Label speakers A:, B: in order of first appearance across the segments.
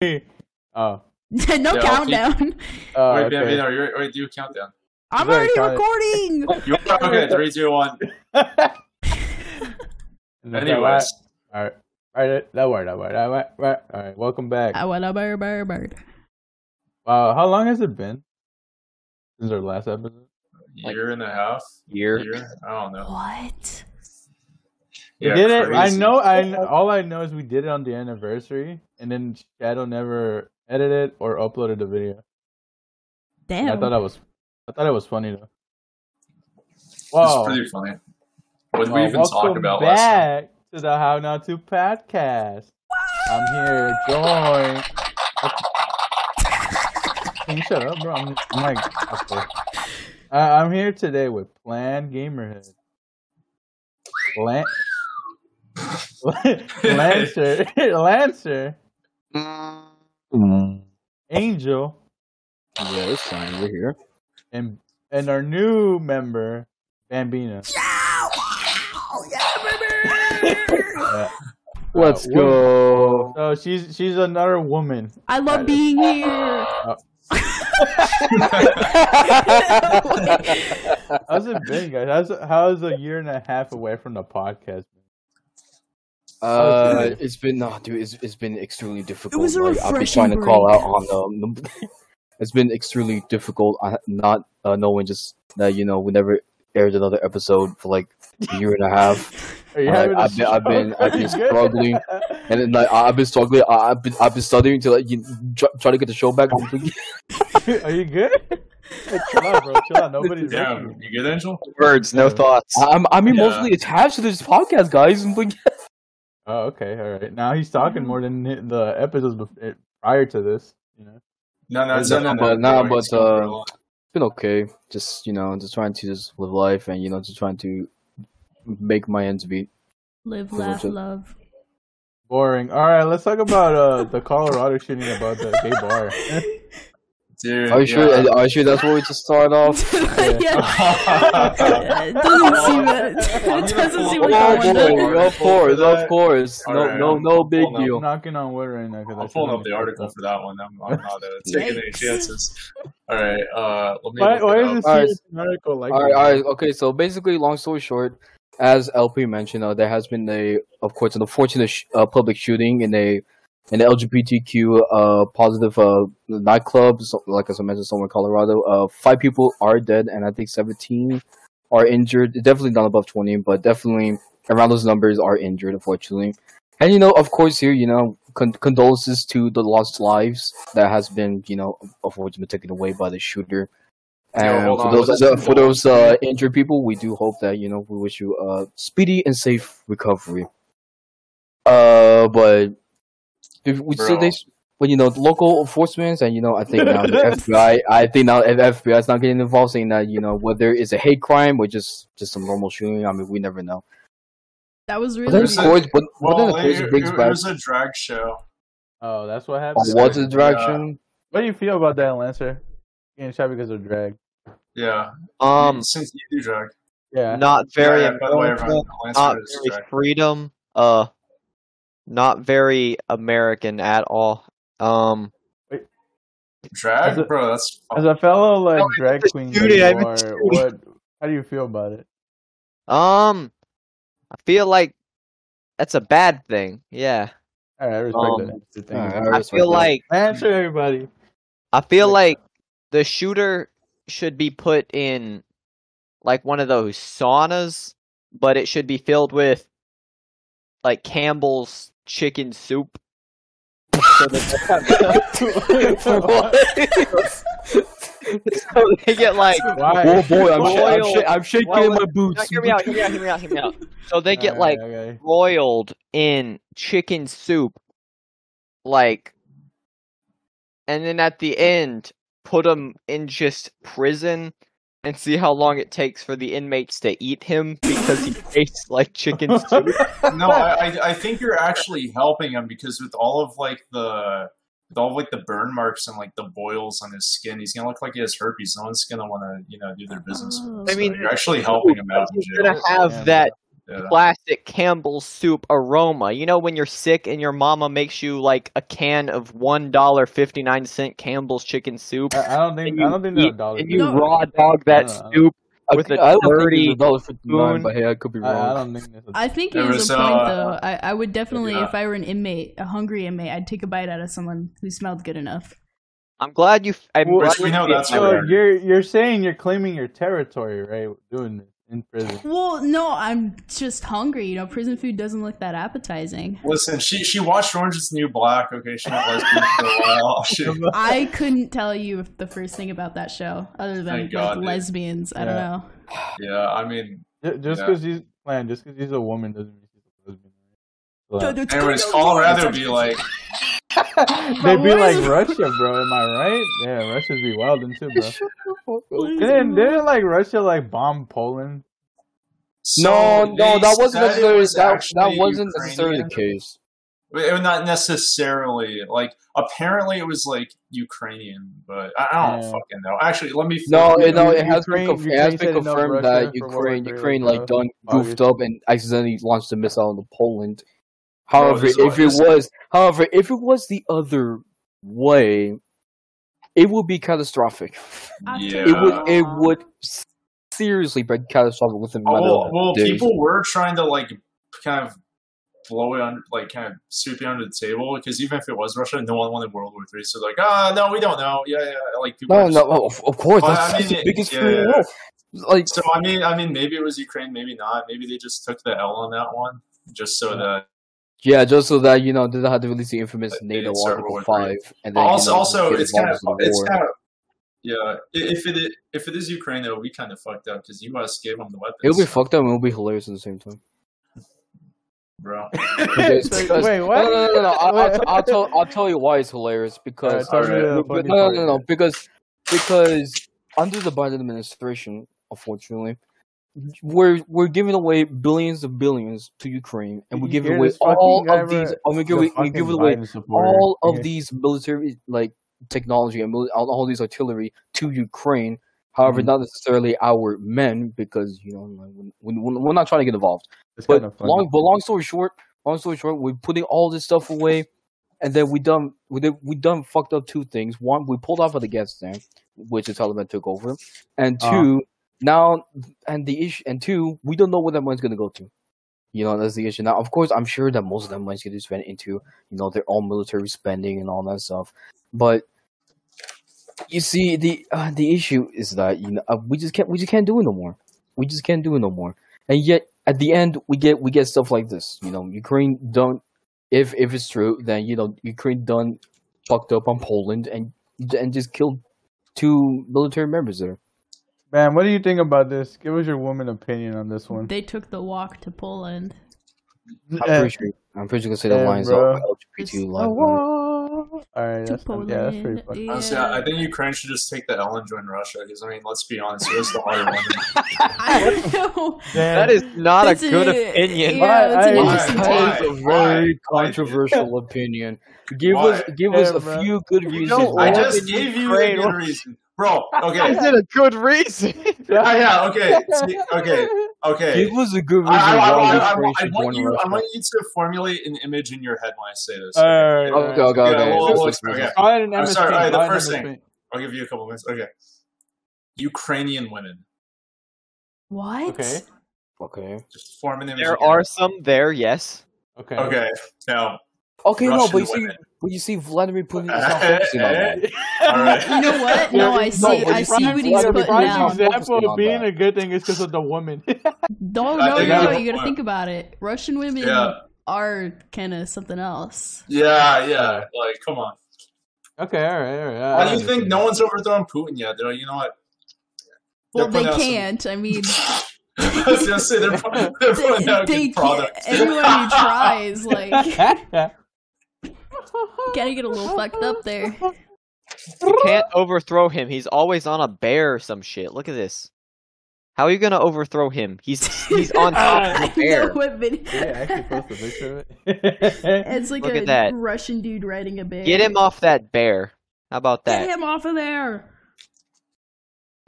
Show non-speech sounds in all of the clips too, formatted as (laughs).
A: Oh.
B: (laughs) no
C: Yeah, I'll keep- (laughs)
B: countdown.
A: Oh,
C: wait,
A: (laughs)
C: Ben,
A: okay.
C: Ben, are you ready to do a countdown?
B: I'm
A: Right,
B: already
A: got it.
B: recording.
C: (laughs) You are? Okay, three, two, one. Anyways,
A: All right. All right. That worked. That worked. All right. Right. All right. Welcome back.
B: I want a bird, bird, bird.
A: Wow. How long has it been since our last episode?
C: year and a half.
D: year.
C: Year? I don't know.
B: What?
C: Yeah,
A: we did it. I
C: crazy.
A: know. I kn- all I know is we did it on the anniversary, and then Shadow never edited or uploaded the video.
B: Damn.
A: I thought that was. I thought it was funny though.
C: It's
A: Wow.
C: pretty funny. What did
A: Well,
C: we even talk
A: Oh. welcome
C: about last time?
A: back to the How Not to podcast. I'm here joined. Can you shut up, bro? I'm, I'm like, okay. uh, I'm here today with Plan Gamerhead. Lan- (laughs) Lancer, (laughs) Lancer,
D: Mm.
A: Angel,
D: Yeah, it's fine. We're here.
A: and and our new member, Bambina.
B: Yeah! Wow! Yeah, baby!
A: Uh,
D: Let's
A: Uh, (laughs)
D: go.
A: so she's she's another woman.
B: (laughs) I
A: Got
B: love
A: it.
B: being here.
A: How's it been, guys? How's how's a year and a half away from the podcast?
D: Uh, it's been no, dude. It's, it's been extremely difficult.
B: was a
D: like, I've been
B: refreshing
D: trying to call
B: break.
D: out on um. (laughs) it's been extremely difficult. I not uh, knowing just that you know we never aired another episode for like a year and a half,
A: Are you
D: Alright,
A: having a
D: I've been- I've been-
A: (laughs)
D: I've been
A: stroke?
D: struggling. and then like I- I've been struggling. I, I've been I've been studying to like you, try, try to get the show back. on track.
A: Are you good? Hey, chill out, bro. Chill out. Nobody's
C: Yeah,
A: listening.
C: you good, Angel?
D: Words, (laughs)
A: no
D: thoughts. I'm I'm
C: Yeah.
D: emotionally attached to this podcast, guys. I'm like,
A: Oh, okay. All right. Now he's talking more than hi- the episodes bef- eh, prior to this. You know.
C: No, no,
A: Nah,
C: no, no, no.
D: but- nah,
C: Don't worry, it's
D: but,
C: going for
D: uh,
C: long.
D: it's been okay. Just you know, just trying to just live life and you know, just trying to make my ends meet.
B: Live, laugh,
C: (laughs)
B: love.
A: Boring. All right. Let's talk about uh, the Colorado shooting about the gay bar.
C: dude.
D: Are you
C: yeah.
D: sure? Are you sure that's where we just
B: (laughs)
D: start off?
B: (laughs)
A: (laughs)
B: yeah. It doesn't seem it. It doesn't seem
C: Oh,
B: like
C: yeah,
B: I
C: yeah.
B: wanted.
C: wonder.
D: of course, of course.
C: All
D: No,
C: right,
D: no,
C: I'm
D: no big
C: pulling up.
A: I'm
D: deal.
A: knocking on wood right now because
C: I'm pulling up the article for that one. I'm, I'm not uh, taking any
B: Yikes.
C: chances. All right, uh, let me.
A: Why,
C: look
A: why
C: it
A: is
C: up.
A: this
D: Alright.
A: serious article like?
D: All right,
A: that?
D: all right, okay. So basically, long story short, as LP mentioned, uh, there has been a, of course, an unfortunate sh- uh, public shooting in a an LGBTQ uh, positive uh, nightclub, so, like as I mentioned, somewhere in Colorado. Uh, five people are dead, and I think seventeen are injured. Definitely not above twenty, but definitely around those numbers are injured, unfortunately. And you know, of course, here you know, con- condolences to the lost lives that has been, you know, unfortunately taken away by the shooter. And
C: hold
D: for
C: on,
D: those
C: let's
D: uh,
C: move
D: for
C: on.
D: those uh, injured people, we do hope that you know we wish you a speedy and safe recovery. Uh, but if we still
C: Bro.
D: they, but you know, the local enforcements and you know, I think now the FBI, I think now if FBI is not getting involved, saying that you know whether it's a hate crime or just just some normal shooting. I mean, we never know.
B: That was
D: But
B: really
D: then of
C: There's a-
B: weird. Oh.
D: course, but, but then
C: Well,
D: of course
C: it,
D: it brings
C: it- it
D: back
C: was a drag show.
A: Oh, that's what happened.
D: what's the direction.
A: What do you feel about that, Lancer? Getting shot because of drag.
C: Yeah.
E: Um,
C: Since you do drag.
A: Yeah.
E: not very
C: Yeah, by the way,
E: American,
C: everyone,
E: not
C: Lancer is
E: very
C: drag.
E: freedom. Uh, not very American at all. Um,
A: As a-
C: Drag, bro. That's
A: As a fellow like
E: No, it's
A: drag
E: just
A: queen,
E: shooting,
A: that
E: I'm
A: you
E: just
A: are,
E: shooting.
A: what? How do you feel about it?
E: um, I feel like that's a bad thing. Yeah,
A: All right, I respect
E: Um,
A: that. It's a thing.
D: Alright,
E: I
D: respect
E: feel
D: that.
E: like
A: Answer
E: (laughs)
A: everybody.
E: I feel like the shooter should be put in like one of those saunas, but it should be filled with like Campbell's chicken soup. (laughs) So that
A: (laughs)
E: so they
C: (laughs)
E: get like
A: Why?
D: (laughs) Oh boy, I'm, sh- I'm,
E: Boil.
D: sh- I'm shaking
E: Well,
D: in my
E: No,
D: boots.
E: hear me out, hear me out, hear me out, hear me out. So they get
A: Alright,
E: like (laughs)
A: okay.
E: broiled in chicken soup, like, and then at the end, put him in just prison and see how long it takes for the inmates to eat him
C: (laughs)
E: because he tastes like chicken soup.
C: no. I, I I think you're actually helping him because with all of like the with all of, like the burn marks and like the boils on his skin, he's gonna look like he has herpes. No one's gonna want to you know do their business. with him.
B: Oh.
E: I mean,
C: you're actually helping him out in
E: He's
C: jail.
E: gonna have
A: Yeah.
E: that
C: Yeah.
E: classic Campbell's soup aroma. You know when you're sick and your mama makes you like a can of one dollar fifty nine cent Campbell's chicken
A: (laughs)
E: soup,
A: I, I don't think
E: and
A: I
E: you
A: don't think they're
E: eat-
A: a dollar.
E: and you
B: No.
E: raw dog that
A: No,
C: Uh-huh.
A: no, no.
E: soup.
D: With
E: With a
D: I don't think
E: dirty
D: it's $1.59, but hey, I could be
A: I, I
D: wrong.
A: don't think that's a
B: I think
C: There
B: it was
C: was,
B: a point
C: uh,
B: though. I, I would definitely,
C: yeah.
B: if I were an inmate, a hungry inmate, I'd take a bite out of someone who smelled good enough.
E: I'm glad you. I'm
A: Well,
E: glad
C: we
E: you
C: know
E: did
C: that's
E: that.
C: what
A: So
C: Sure.
A: you're you're saying you're claiming your territory, right? Doing this in
E: (laughs)
A: prison.
B: Well, no, I'm just hungry. You know, prison food doesn't look that appetizing.
C: Listen, she she watched Orange Is the New Black. Okay, she went lesbian for a while. She,
B: I couldn't tell you the first thing about that show other than
C: Thank God,
B: like
C: dude.
B: lesbians. I don't
A: Yeah.
B: know.
C: yeah, I mean,
A: Ju- Just
C: Yeah.
A: because he's man, just because he's a woman doesn't mean she's a lesbian. Like,
C: anyways, Colorado would be
B: (laughs)
C: like,
A: they'd be
B: what
A: like
B: is-
A: Russia, bro. Am I right? Yeah, Russia's be wilding too, bro.
B: What is
A: Didn't,
B: going on?
A: didn't like Russia like bomb Poland?
D: no,
C: so
D: no,
C: they
D: that wasn't
C: said it
D: necessarily
C: was
D: that, that
C: actually
D: wasn't necessarily
C: Ukrainian.
D: the case.
C: But it- Eh, not necessarily. Like apparently, it was like Ukrainian, but I, I don't
A: Yeah.
C: fucking know. Actually, let me.
D: No,
A: Yeah,
D: it, no, it
A: Ukraine-
D: has been, conf- it has
A: Ukraine
D: been
A: said enough
D: confirmed
A: Russia
D: that
A: for World
D: Ukraine,
A: War III,
D: Ukraine,
A: like,
D: like
A: uh,
D: done
A: August.
D: goofed up and accidentally launched a missile into Poland. However,
C: this is
D: if it
C: August.
D: was, however, if it was the other way, it would be catastrophic.
C: yeah.
D: It would, it would s- seriously be catastrophic within a
C: Oh,
D: matter
C: well,
D: of
C: well,
D: days.
C: people were trying to like kind of blow it under, like kind of sweep it under the table because even if it was Russia, no one wanted World War Three. So like, ah, no, we don't know. Yeah, yeah. Like people.
D: no,
C: are
D: no,
C: just-
D: oh, of, of course,
C: Well,
D: that's,
C: I
D: that's
C: mean,
D: the biggest
C: yeah.
D: free war. Like,
C: So I mean, I mean, maybe it was Ukraine, maybe not. Maybe they just took the L on that one, just so that.
D: yeah, just so that you know, they don't have to release the infamous
C: They
D: NATO
C: didn't start
D: Article
C: World War
D: Five,
C: Three.
D: and then you
C: Also,
D: know,
C: also,
D: get
C: it's kind of,
D: involved in the
C: it's
D: war.
C: kind of, yeah. i- If it i- if it is Ukraine though, we kind of fucked up because U.S. gave them the weapons,
D: It'll be fucked up and it'll be hilarious at the same time.
C: bro.
A: (laughs)
D: Because-
A: Wait,
D: because-
A: wait, (laughs) what?
D: No, no, no, no. no. I'll, I'll, t- I'll tell I'll tell you why it's hilarious
A: Alright,
D: because
A: tell me
C: Alright.
A: the
D: no, no,
A: funny
D: no,
A: part.
D: no, no, because because under the Biden administration, unfortunately, we're we're giving away billions of billions to Ukraine, and we're
A: You
D: giving
A: hear
D: away
A: this fucking
D: all
A: guy,
D: of
A: bro?
D: these. And we're
A: He's a
D: giving we're
A: fucking
D: giving away
A: Biden supporter.
D: all of these military like technology and mil- all all these artillery to Ukraine. However,
A: Mhm.
D: not necessarily our men because you know like, we, we, we're not trying to get involved.
A: It's
D: But
A: kind of funny.
D: long, but long story short, long story short, we're putting all this stuff away, and then we done we did, we done fucked up two things. One, we pulled off of Afghanistan, which the Taliban took over, and 2
A: Uh-huh.
D: now and the issue, and two, we don't know where that money's gonna go to. You know, that's the issue. Now, of course, I'm sure that most of that money's gonna be spent into you know their own military spending and all that stuff, but. You see, the uh, the issue is that you know uh, we just can't we just can't do it no more. We just can't do it no more and yet at the end we get we get stuff like this you know ukraine don't if if it's true then you know ukraine done fucked up on poland and and just killed two military members there
A: Man, what do you think about this? Give us your woman opinion on this one.
B: They took the walk to Poland.
D: i'm pretty sure i'm pretty sure gonna say the
A: Yeah,
D: lines
A: bro.
D: up lgbt line right?
A: All right,
B: To
A: eh, that's not, yeah, that's pretty
B: Poland.
A: funny.
C: Honestly,
B: yeah.
C: I I think Ukraine should just take the L and join Russia because I mean, let's be honest, it was the harder one.
D: (laughs)
B: I
A: (laughs)
B: know.
E: That is not
B: That's
E: a good
B: a-
E: opinion.
B: Yeah,
A: Why-
B: that's an
A: I-
B: interesting
C: Why?
B: take.
C: Why?
D: That is a very
C: Why?
D: controversial
B: (laughs)
D: opinion. Give us
C: Why?
D: give us
A: Yeah,
D: a
A: bro.
D: few good
E: You
D: reasons.
E: know
C: I
D: why.
E: Well,
C: just
E: in
C: gave you the
E: Ukraine,
C: good
E: what-
C: reason, bro.
D: (laughs)
C: Okay,
E: Is it a good reason?
C: yeah, yeah, okay, See, okay, okay.
D: give us a good reason
C: I, I, I, I-
D: why
C: I-
D: Ukraine
C: I
D: should
C: want
D: join
C: you. I
D: Russia. Uh,
C: want you to formulate an image in your head when I say this.
A: All right, all
D: Okay,
A: right.
D: okay,
C: Yeah,
D: okay.
C: well,
D: This
C: well,
D: is- this is-
C: okay.
A: Call it an
C: I'm
A: MS
C: sorry, all
A: Paint.
C: right, the
A: Call it an
C: first
A: MS
C: thing.
A: Paint.
C: I'll give you a couple minutes. Okay, Ukrainian women.
B: What?
A: Okay.
D: Okay.
C: Just form an image.
E: there
C: in your
E: are some there, yes.
A: Okay.
C: head. Okay, now.
D: Okay, no, but
C: Russian
D: you see,
C: women.
D: but you see, Vladimir Putin
C: (laughs)
D: is not focusing on that.
C: all
A: (laughs)
C: right.
D: (laughs)
B: You know what? No, I see.
D: No, but
B: I
D: you
B: see
D: find-
B: what he's
D: find-
B: putting
D: find
B: down.
D: yourself-
A: example of
D: focusing on
A: being
D: that.
A: a good thing is because of the woman. (laughs)
B: No,
C: I
B: no,
C: think
B: no.
C: I-
B: You gotta think about it. Russian women
C: Yeah.
B: are kind of something else.
C: Yeah, yeah. Like, come on.
A: okay, all right, all right. I
C: Why
B: (laughs)
C: do you think
A: understand.
C: no one's overthrown Putin yet? They're like, you know what? (laughs) They're
B: Well, they
C: putting out some-
B: can't. I mean,
C: I was gonna say they're, put- they're (laughs)
B: they,
C: putting out
B: they can't.
C: good
B: (laughs)
C: products. (laughs)
B: Anyone who tries, like,
A: (laughs)
B: gotta get a little fucked up there.
E: You can't overthrow him. He's always on a bear or some shit. Look at this. How are you gonna overthrow him? He's
B: (laughs)
E: he's on top
B: I
E: of the
B: know
E: bear.
B: what video.
A: Did I actually post a picture of it?
B: It's like
E: Look
B: a
E: at that.
B: Russian dude riding a bear.
E: Get him off that bear. How about
B: Get
E: that?
B: him off of there.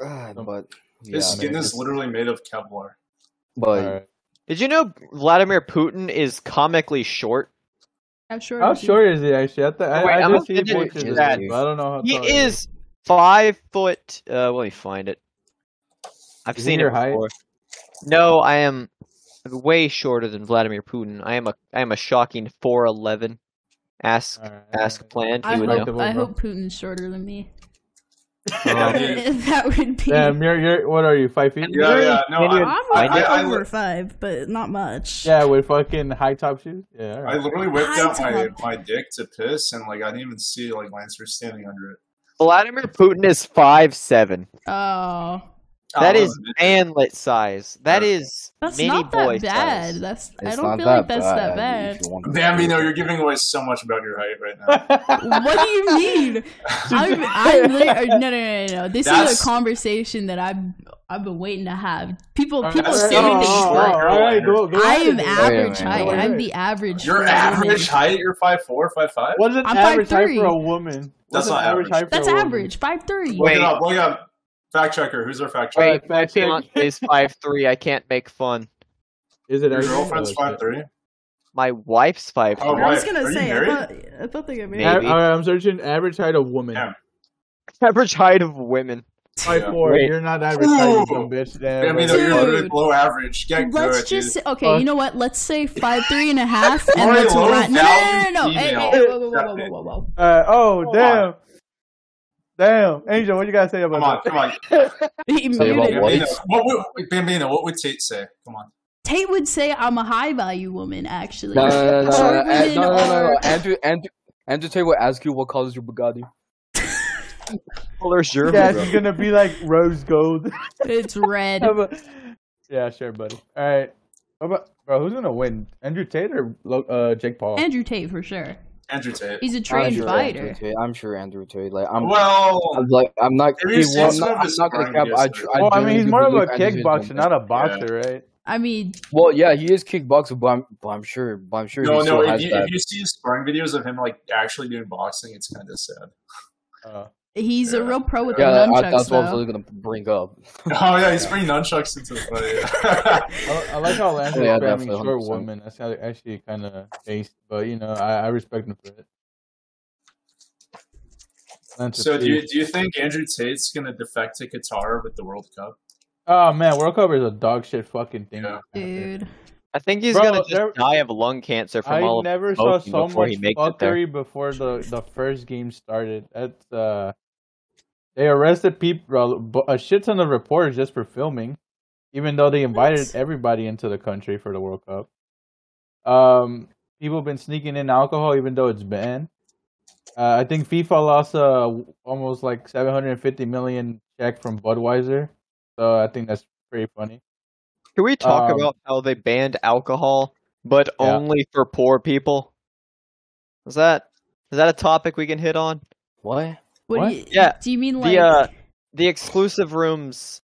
D: Ah, but yeah,
C: His skin
D: man,
C: is
D: it's-
B: (laughs)
C: literally made of Kevlar.
A: (laughs)
D: but
A: All right.
E: Did you know Vladimir Putin is comically short?
B: How short?
A: How
B: is he?
A: short is he actually? I, th- I,
E: Wait,
A: I just
E: I'm not
A: see
E: gonna
A: pictures
D: do
A: of
D: that.
A: him, but I don't know how
E: He
A: tall
E: is five foot. Uh, let me find it. I've
A: Is he
E: seen
A: your
E: it
A: height?
E: before. No, I am way shorter than Vladimir Putin. I am a I am a shocking four eleven. Ask
A: Alright.
E: ask plant.
B: I
E: You would know.
B: hope,
A: Respectable,
B: I
A: bro.
B: hope Putin's shorter than me.
C: (laughs)
B: (laughs)
C: Yeah, dude.
B: that would be.
A: Damn, you're you're what are you? Five feet?
C: Yeah, yeah, no,
E: Maybe
C: I,
E: it-
B: I'm
E: I-
B: I'm
C: I- I
B: over
C: look-
B: five, but not much.
A: Yeah, with fucking high top shoes. Yeah.
C: I
A: alright.
C: literally whipped
B: Hi,
C: out my,
B: Tom.
C: my dick to piss, and like I didn't even see like Lancer standing under it.
E: Vladimir Putin is five seven.
B: Oh,
E: That
C: Oh,
E: is manlet size. That is
B: that's
E: mini
B: not
E: boy
B: that bad.
E: size.
B: That's. I
D: It's
B: don't
D: not
B: feel like that's that
D: if
B: bad.
D: you want to
C: Damn,
D: do
C: you know
D: it.
C: you're giving away so much about your height right
B: (laughs)
A: (laughs)
C: now.
B: What do you mean? I'm, I'm lit- or- no, no, no, no, no. This is
C: That's-
B: a conversation that I've I've been waiting to have. People,
A: Alright,
B: people
C: that's
B: say
A: oh,
C: giving
B: me
C: the
A: oh,
C: short
A: oh,
B: short.
C: girl
A: alright,
C: energy.
A: go- go
B: I
A: ahead
B: am
A: with it.
B: average
D: man.
B: height.
A: Wait,
B: I'm
A: wait.
B: the average.
C: Your
B: for a
C: average
B: woman.
C: height? You're five four, five five.
A: What's an
B: I'm
A: average height
B: 5'3".
A: for a woman? What's
C: That's
A: an
C: not
A: average
C: average.
A: height for
B: That's
A: a woman?
B: average. Five thirty.
C: Look it
E: Wait.
C: up. Look it up. Fact checker. Who's our fact checker?
E: Wait,
A: Alright,
E: my
A: fact check.
E: fiance is five three. I can't make fun.
A: Is it
C: Your
A: actually?
C: girlfriend's
A: Oh,
C: five
A: shit.
C: three.
E: My wife's five
C: Oh,
E: three. (laughs)
B: I was
C: Why?
B: gonna
C: Are you
B: say. I
C: married?
B: thought, I thought they got
A: A-
E: Maybe.
B: married.
A: Alright, I'm searching average height of woman.
C: Yeah.
E: Average height of women.
A: Five
C: Yeah.
A: four.
E: Wait.
A: You're not average height, you
C: Ooh.
A: dumb bitch.
C: Damn,
A: Damn.
C: you know
A: whatever.
C: you're literally
B: Dude.
C: below average. Get
B: Let's
C: good,
B: just
C: dude.
B: say, okay.
A: Fuck.
B: You know what? Let's say five three and a half, and
C: Or a
B: let's
C: low
B: run. No, no, no, no.
C: value
B: no. Hey, hey,
C: female.
B: hey, whoa, whoa, whoa,
C: That's
B: whoa,
C: it.
B: whoa, whoa.
A: Uh, oh,
C: Come
A: damn. Damn. Angel, what you gotta say
C: Come on,
A: about (laughs)
C: come on.
B: He
D: Say about
B: muted.
D: what?
C: Bambino, what would, Bambino, what would Tate say? Come on.
B: Tate would say I'm a high value woman. Actually,
D: No, no,
B: (laughs)
D: no, no,
B: Short
D: uh, no, no,
B: women
D: no, no, no, no.
B: are-
D: Andrew, Andrew, Andrew Tate will ask you what color is your Bugatti.
E: Well, there's your
A: that? Yeah,
E: bro.
A: she's gonna be like rose gold.
B: It's (laughs) red.
D: Oh.
A: Have a- yeah, sure, buddy. All right. How about, bro, who's gonna win? Andrew Tate or Lo- uh, Jake Paul?
B: Andrew Tate for sure.
C: Andrew Tate.
B: He's a
D: I'm
B: trained
D: sure Andrew
B: fighter.
D: Tate. I'm sure Andrew Tate. Like I'm,
C: Well,
D: I'm like I'm not.
C: Have you
D: he
C: seen
D: won't-
C: some
D: I'm
C: of
D: not, I'm
C: his
D: not gonna cap.
C: sparring
D: I,
C: videos?
D: I
A: well, I
D: do
A: mean, he's
D: do
A: more of
D: believe
A: a
D: Andrew Tate is
A: kickboxer,
D: one-
A: not a boxer, right?
B: I mean,
D: Well, yeah, he is kickboxer, but I'm, but I'm sure, but I'm sure
C: no,
D: he
C: no.
D: still
C: If
D: has
C: you,
D: that.
C: if you see sparring videos of him like actually doing boxing, it's kind of sad. (laughs)
A: Uh,
B: he's a
C: Yeah.
B: real pro with
D: Yeah,
B: the
D: I,
B: nunchucks
D: that's what I was
B: though.
D: really gonna bring up.
C: Oh yeah, he's bringing nunchucks into the fight. (laughs)
D: (laughs)
A: I, I like how Lance is
D: Oh, Yeah,
A: spamming
D: definitely,
A: short
D: 100%.
A: woman. That's how- actually kind of based, but you know, I, I respect him for it. Lance is
C: so do you
A: huge.
C: do you think Andrew Tate's gonna defect to Qatar with the World Cup?
A: Oh man, World Cup is a dog shit fucking thing.
C: Yeah.
B: Dude,
E: I think he's
A: Bro,
E: gonna just
A: there-
E: die of lung cancer from all
A: I
E: of
A: never saw
E: smoking
A: so
E: before
A: much
E: he makes it there.
A: fuckery before the the first game started. That's uh, they arrested people a shit ton of reporters just for filming, even though they invited
B: What?
A: everybody into the country for the World Cup. Um, people been sneaking in alcohol even though it's banned. Uh, I think FIFA lost uh almost like 750 million check from Budweiser, so I think that's pretty funny.
E: Can we talk
A: Um,
E: about how they banned alcohol, but
A: Yeah.
E: only for poor people? Is that is that a topic we can hit on?
D: What?
B: what?
A: What?
B: Do, you,
E: Yeah,
B: do you mean
E: the,
B: like?
E: uh, The exclusive rooms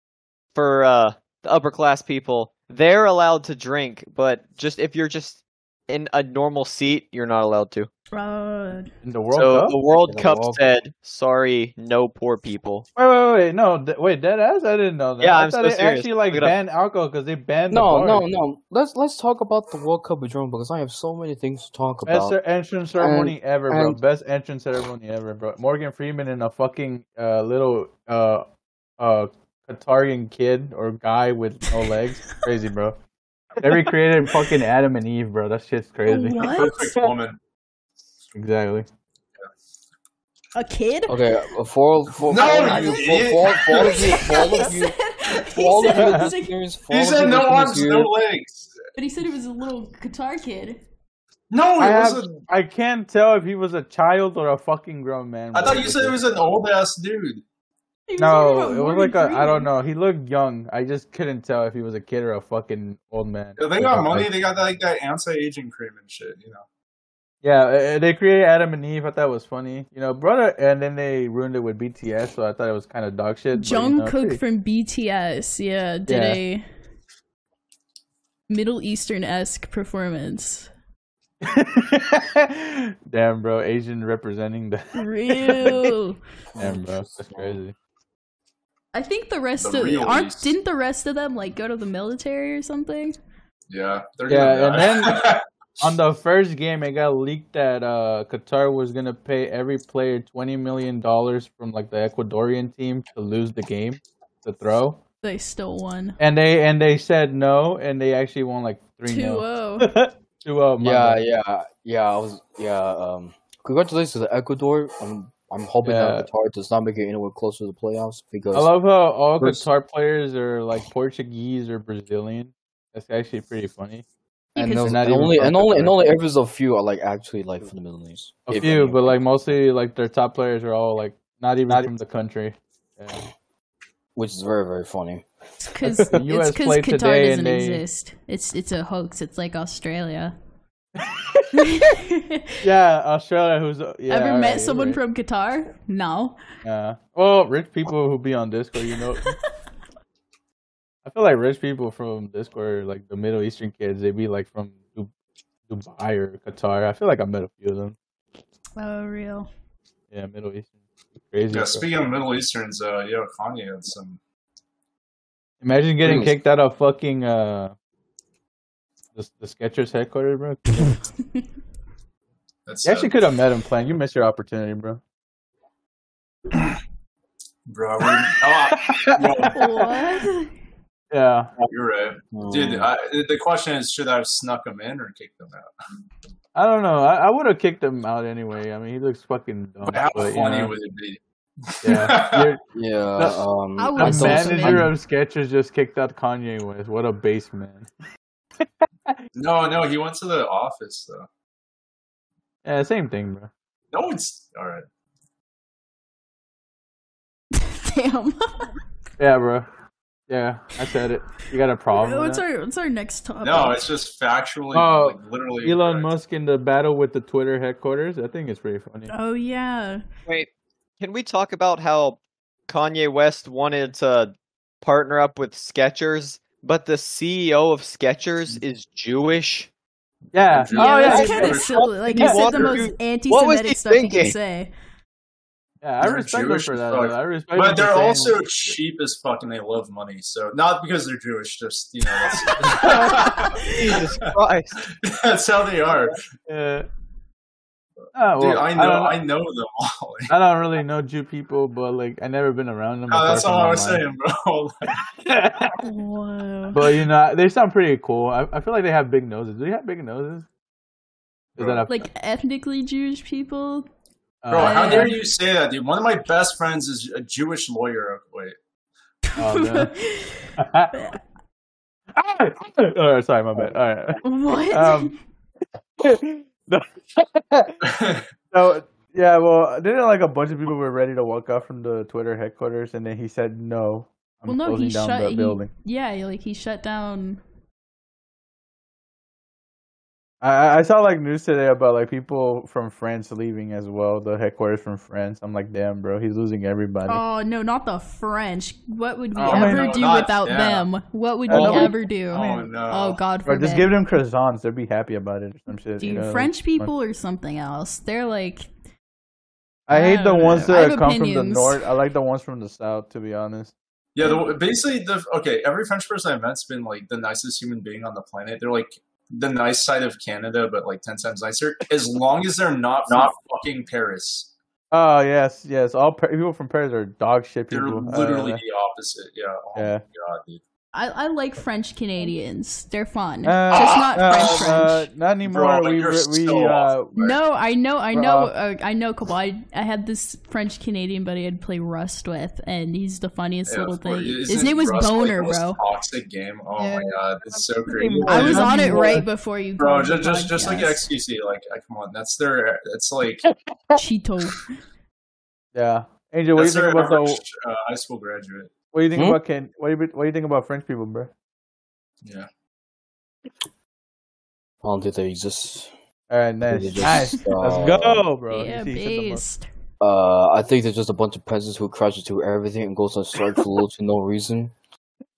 E: for uh, the upper class people, they're allowed to drink, but just if you're just in a normal seat, you're not allowed to.
B: uh,
A: In the World
E: so
A: Cup?
E: the World
A: The
E: Cup
A: World-
E: said, "Sorry, no poor people."
A: Wait, wait, wait, wait, no, th- wait, dead ass? I didn't know that.
E: Yeah,
A: I
E: I'm
A: thought
E: so
A: they
E: serious.
A: actually like
E: Look it up.
A: banned alcohol because they banned
D: No,
A: the
D: no,
A: bars.
D: no. Let's let's talk about the World Cup with Jordan because I have so many things to talk
A: Best
D: about.
A: cer- entrance ceremony ever, bro.
D: and-
A: Best entrance ceremony ever, bro. Morgan Freeman and a fucking uh, little uh, uh, Qatarian kid or guy with no legs. crazy, bro. They recreated fucking Adam and Eve, bro. That shit's
D: (laughs)
A: crazy.
B: What?
C: Perfect woman.
A: exactly.
B: a kid?
D: Okay, uh, for for
C: No,
D: for all of
C: you
D: you, for
C: idiot.
D: for- for all of
B: (laughs)
D: you, for
C: (laughs)
D: all of you, for
B: He
D: all of
B: said
D: you
B: it was a-
D: listeners, for all
C: He
D: of
C: said
D: you
C: no
D: listeners
C: arms, no
D: here.
C: legs.
B: but he said it was a little guitar kid.
C: No,
A: I
C: it
A: have.
C: was a.
A: I can't tell if he was a child or a fucking grown man. bro.
C: I thought you said it was an old ass dude.
B: He was talking
A: No,
B: about
A: it was
B: Morgan
A: like a. I
B: Freeman.
A: don't know. He looked young. I just couldn't tell if he was a kid or a fucking old man.
C: If they
A: Like, I-
C: got
A: I-
C: money. They got like that anti-aging cream and shit. You know.
A: Yeah, eh, eh, they created Adam and Eve. I thought it was funny, you know, brother. And then they ruined it with BTS, so I thought it was kind of dog shit. but, you know,
B: Jungkook
A: hey.
B: from BTS, yeah, did
A: Yeah.
B: a Middle Eastern esque (laughs) performance.
A: (laughs) Damn, bro, Asian representing the. (laughs)
B: Real.
A: Damn, bro, that's crazy.
B: I think the rest
C: The
B: of
C: real
B: aren't
C: East.
B: didn't the rest of them like go to the military or something?
C: Yeah, they're
A: Yeah,
C: doing
A: and
C: that. (laughs)
A: On the first game, it got leaked that uh, Qatar was gonna pay every player twenty million dollars from like the Ecuadorian team to lose the game, to throw,
B: They still won.
A: and they and they said no, and they actually won like three
B: 2
A: 0
B: 0.
A: (laughs)
B: (laughs)
A: Two oh, my
D: Yeah,
A: bad.
D: yeah, yeah. I was, yeah. Um, congratulations to the Ecuador. I'm, I'm hoping
A: Yeah.
D: that Qatar does not make it anywhere close to the playoffs because
A: I love how all
D: First-
A: Qatar players are like Portuguese or Brazilian. That's actually pretty funny.
D: and,
B: Because-
D: those-
A: Not
D: and
A: even
D: only
A: from
D: and only and
A: Qatar.
D: only every so few are like actually like from the Middle East.
A: A
D: If
A: few,
D: any.
A: but like mostly like their top players are all like not even from the country. Yeah.
D: which is very very funny.
B: It's
A: (laughs)
B: because it's
A: US
B: 'cause
A: played
B: Qatar
A: today and
B: doesn't
A: they-
B: exist. It's it's a hoax. It's like
A: (laughs)
B: Australia.
A: (laughs) Yeah, Australia. Who's uh, yeah,
B: Ever
A: all
B: met
A: right,
B: someone
A: right.
B: from Qatar? No.
A: Yeah. Well, rich people who be on Discord, you
B: (laughs)
A: know. I feel like rich people from Discord, like the Middle Eastern kids, they be like from Du- Dubai or Qatar. I feel like I met a few of them.
B: Oh, real.
A: Yeah, Middle Eastern. Crazy.
C: yeah,
A: bro.
C: speaking of Middle Easterns, uh, yo, Kanye had some.
A: Imagine getting
D: Crazy.
A: kicked out of fucking uh the, the Skechers headquarters, (laughs) bro. You
C: That's
A: actually
C: sad.
A: could have met him playing. You missed your opportunity, bro.
C: bro. we're- oh,
B: (laughs)
C: well,
B: what?
A: Yeah. (laughs)
C: you're right,
D: Mm,
C: dude. I, the question is, should I have snuck him in or kicked him out?
A: I don't know. I, I would have kicked him out anyway. I mean, he looks fucking dumb.
C: But how
A: Oh, but, you
C: funny
A: know,
C: would it be?
A: yeah.
C: (laughs)
A: You're-
D: yeah,
A: The-
D: um,
B: I would
D: I
A: the
B: I'm
D: saw-
B: so
A: manager
B: sorry.
A: of Skechers just kicked out Kanye West. What a base man.
C: No, no, he went to the office though.
A: Yeah, same thing, bro.
C: No one's all right.
B: Damn.
A: Yeah, bro. Yeah, I said it. You got a problem. with
B: what's
A: that?
B: our what's our next topic?
C: No, it's just factually,
A: Oh,
C: like, literally.
A: Elon
C: correct.
A: Musk in the battle with the Twitter headquarters. I think it's pretty funny.
B: Oh yeah.
E: Wait, can we talk about how Kanye West wanted to partner up with Skechers, but the CEO of Skechers
A: Mm.
E: is Jewish?
A: Yeah.
C: Yeah,
A: oh, yeah.
B: that's
C: it's
B: kind of
C: true.
B: silly. Like he
E: Yeah,
B: said
E: what
B: the
E: were
B: most
E: you- what was he
B: anti-Semitic stuff you
E: thinking?
B: can say.
A: Yeah, I
C: They're
A: respect
C: Jewish
A: them for
C: as
A: that.
C: fuck.
A: Though. I respect them
C: But
A: for
C: they're
A: saying-
C: also cheap as fuck, and they love money. So not because they're Jewish, just you know,
E: Jesus
A: (laughs)
C: that's, (laughs)
E: Christ.
C: that's how they are.
A: Uh, ah, well,
C: Dude, I
A: I,
C: know,
A: don't,
C: I, know them all.
A: I don't really know Jew people, but like I never been around them.
C: No,
A: apart
C: that's
A: from
C: all I was
A: online.
C: saying, bro.
A: (laughs)
B: Whoa.
A: But you know, they sound pretty cool. I, I feel like they have big noses. Do they have big noses? Is that a,
B: like ethnically Jewish people.
A: uh,
C: bro, how
B: yeah.
C: (laughs) dare you say that, dude? One of my best friends is a Jewish lawyer. Wait, (laughs)
A: Oh, oh, sorry, my bad. (laughs) All right.
B: (laughs) what?
A: Um, (laughs) So yeah, well, didn't like a bunch of people were ready to walk out from the Twitter headquarters, and then he said no. I'm
B: well, no,
A: closing
B: he
A: down
B: shut.
A: the
B: he-
A: building.
B: yeah, like he shut down.
A: I- I, I saw like news today about like people from France leaving as well, the headquarters from France. I'm like, damn, bro, he's losing everybody.
B: Oh no, not the French. What would we
C: Oh,
B: ever
C: no,
B: do
C: not-
B: without
C: yeah.
B: them? What would
A: Uh,
B: we
A: no, we-
B: ever do?
C: oh no,
B: Oh God
A: bro,
B: forbid.
A: just give them croissants; they'd be happy about it or some shit.
B: Dude,
A: you know, like-
B: French people are something else. They're like,
A: I hate the
B: I don't
A: ones
B: know. I
A: that
B: have
A: come from the
B: opinions.
A: north. I like the ones from the south, to be honest.
C: yeah. The, basically, the okay. Every French person I met's been like the nicest human being on the planet. They're like the nice side of Canada, but like ten times nicer. As long as they're not from fucking Paris.
A: Oh yes, yes. All Par- people from Paris are dog shit
C: They're
A: people. I-
C: literally the opposite. Yeah. Oh
A: Yeah.
C: my god, dude.
B: I, I like French Canadians. They're fun.
A: Uh,
B: Just not
A: uh,
B: French French.
A: uh, not anymore.
C: Bro,
A: we
C: you're
A: we
C: so
A: uh,
B: no, I know, I
A: We're
B: know,
A: off.
B: uh, I know. a Couple. I I had this French Canadian buddy I'd play Rust with, and he's the funniest
C: Yeah,
B: little
C: of course.
B: thing. His
C: Isn't
B: name was
C: Rust, like,
B: Boner,
C: the most
B: bro.
C: Toxic game. Oh
A: Yeah.
C: my god, it's so crazy.
B: I
A: Yeah,
B: was
A: that'd
B: on
A: be
B: it
A: more-
B: right before you.
C: Bro,
B: joined the
C: just just just like
B: podcast.
C: XQC, like I- come on, that's their that's like
B: Cheeto.
A: yeah. Angel, what do you
C: that's
A: think
C: their
A: about
C: average
A: the?
C: uh, high school graduate.
A: What do you think
D: Hmm?
A: about Ken? What do you what do you think about French people, bro?
C: Yeah,
D: I don't think they exist.
A: All right,
D: I think
A: nice,
D: they're
A: nice.
D: just, uh,
A: Let's go, bro.
B: yeah,
A: You see, he said the most- (laughs)
B: beast.
D: Uh, I think they're just a bunch of peasants who crash into everything and goes on strike for little to no reason.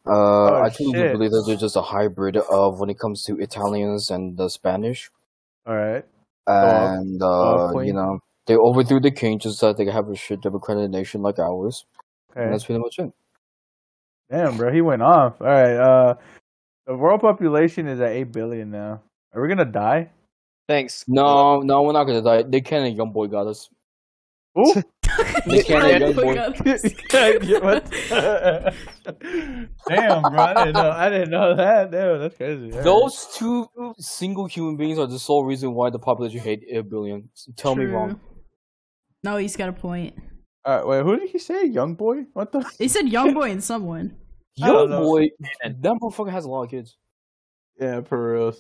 D: Uh, I truly
A: Oh, shit.
D: believe that they're just a hybrid of when it comes to Italians and the Spanish,
A: All right. Dog.
D: and
A: Dog
D: uh,
A: Oh, queen.
D: you know they overthrew the king just so that they could have a shit democratic nation like ours. And
A: Okay.
D: that's pretty much it.
A: Damn, bro, he went off. All right. Uh, The world population is at eight billion now. Are we gonna die?
E: Thanks.
D: No, no, we're not gonna die. They can a young boy got us.
A: Ooh. (laughs)
B: (laughs)
D: They can a young boy.
A: Yeah, (laughs) what? Damn, bro! I didn't know. I didn't know that. Damn, that's crazy. Alright.
D: Those two single human beings are the sole reason why the population hate eight billion. Tell me wrong.
B: No, he's got a point.
A: Alright, wait, who did he say? Young boy? What the?
B: He said young boy and someone.
A: (laughs) I don't
D: Young
A: know.
D: boy, that motherfucker has a lot of kids.
A: Yeah, for real.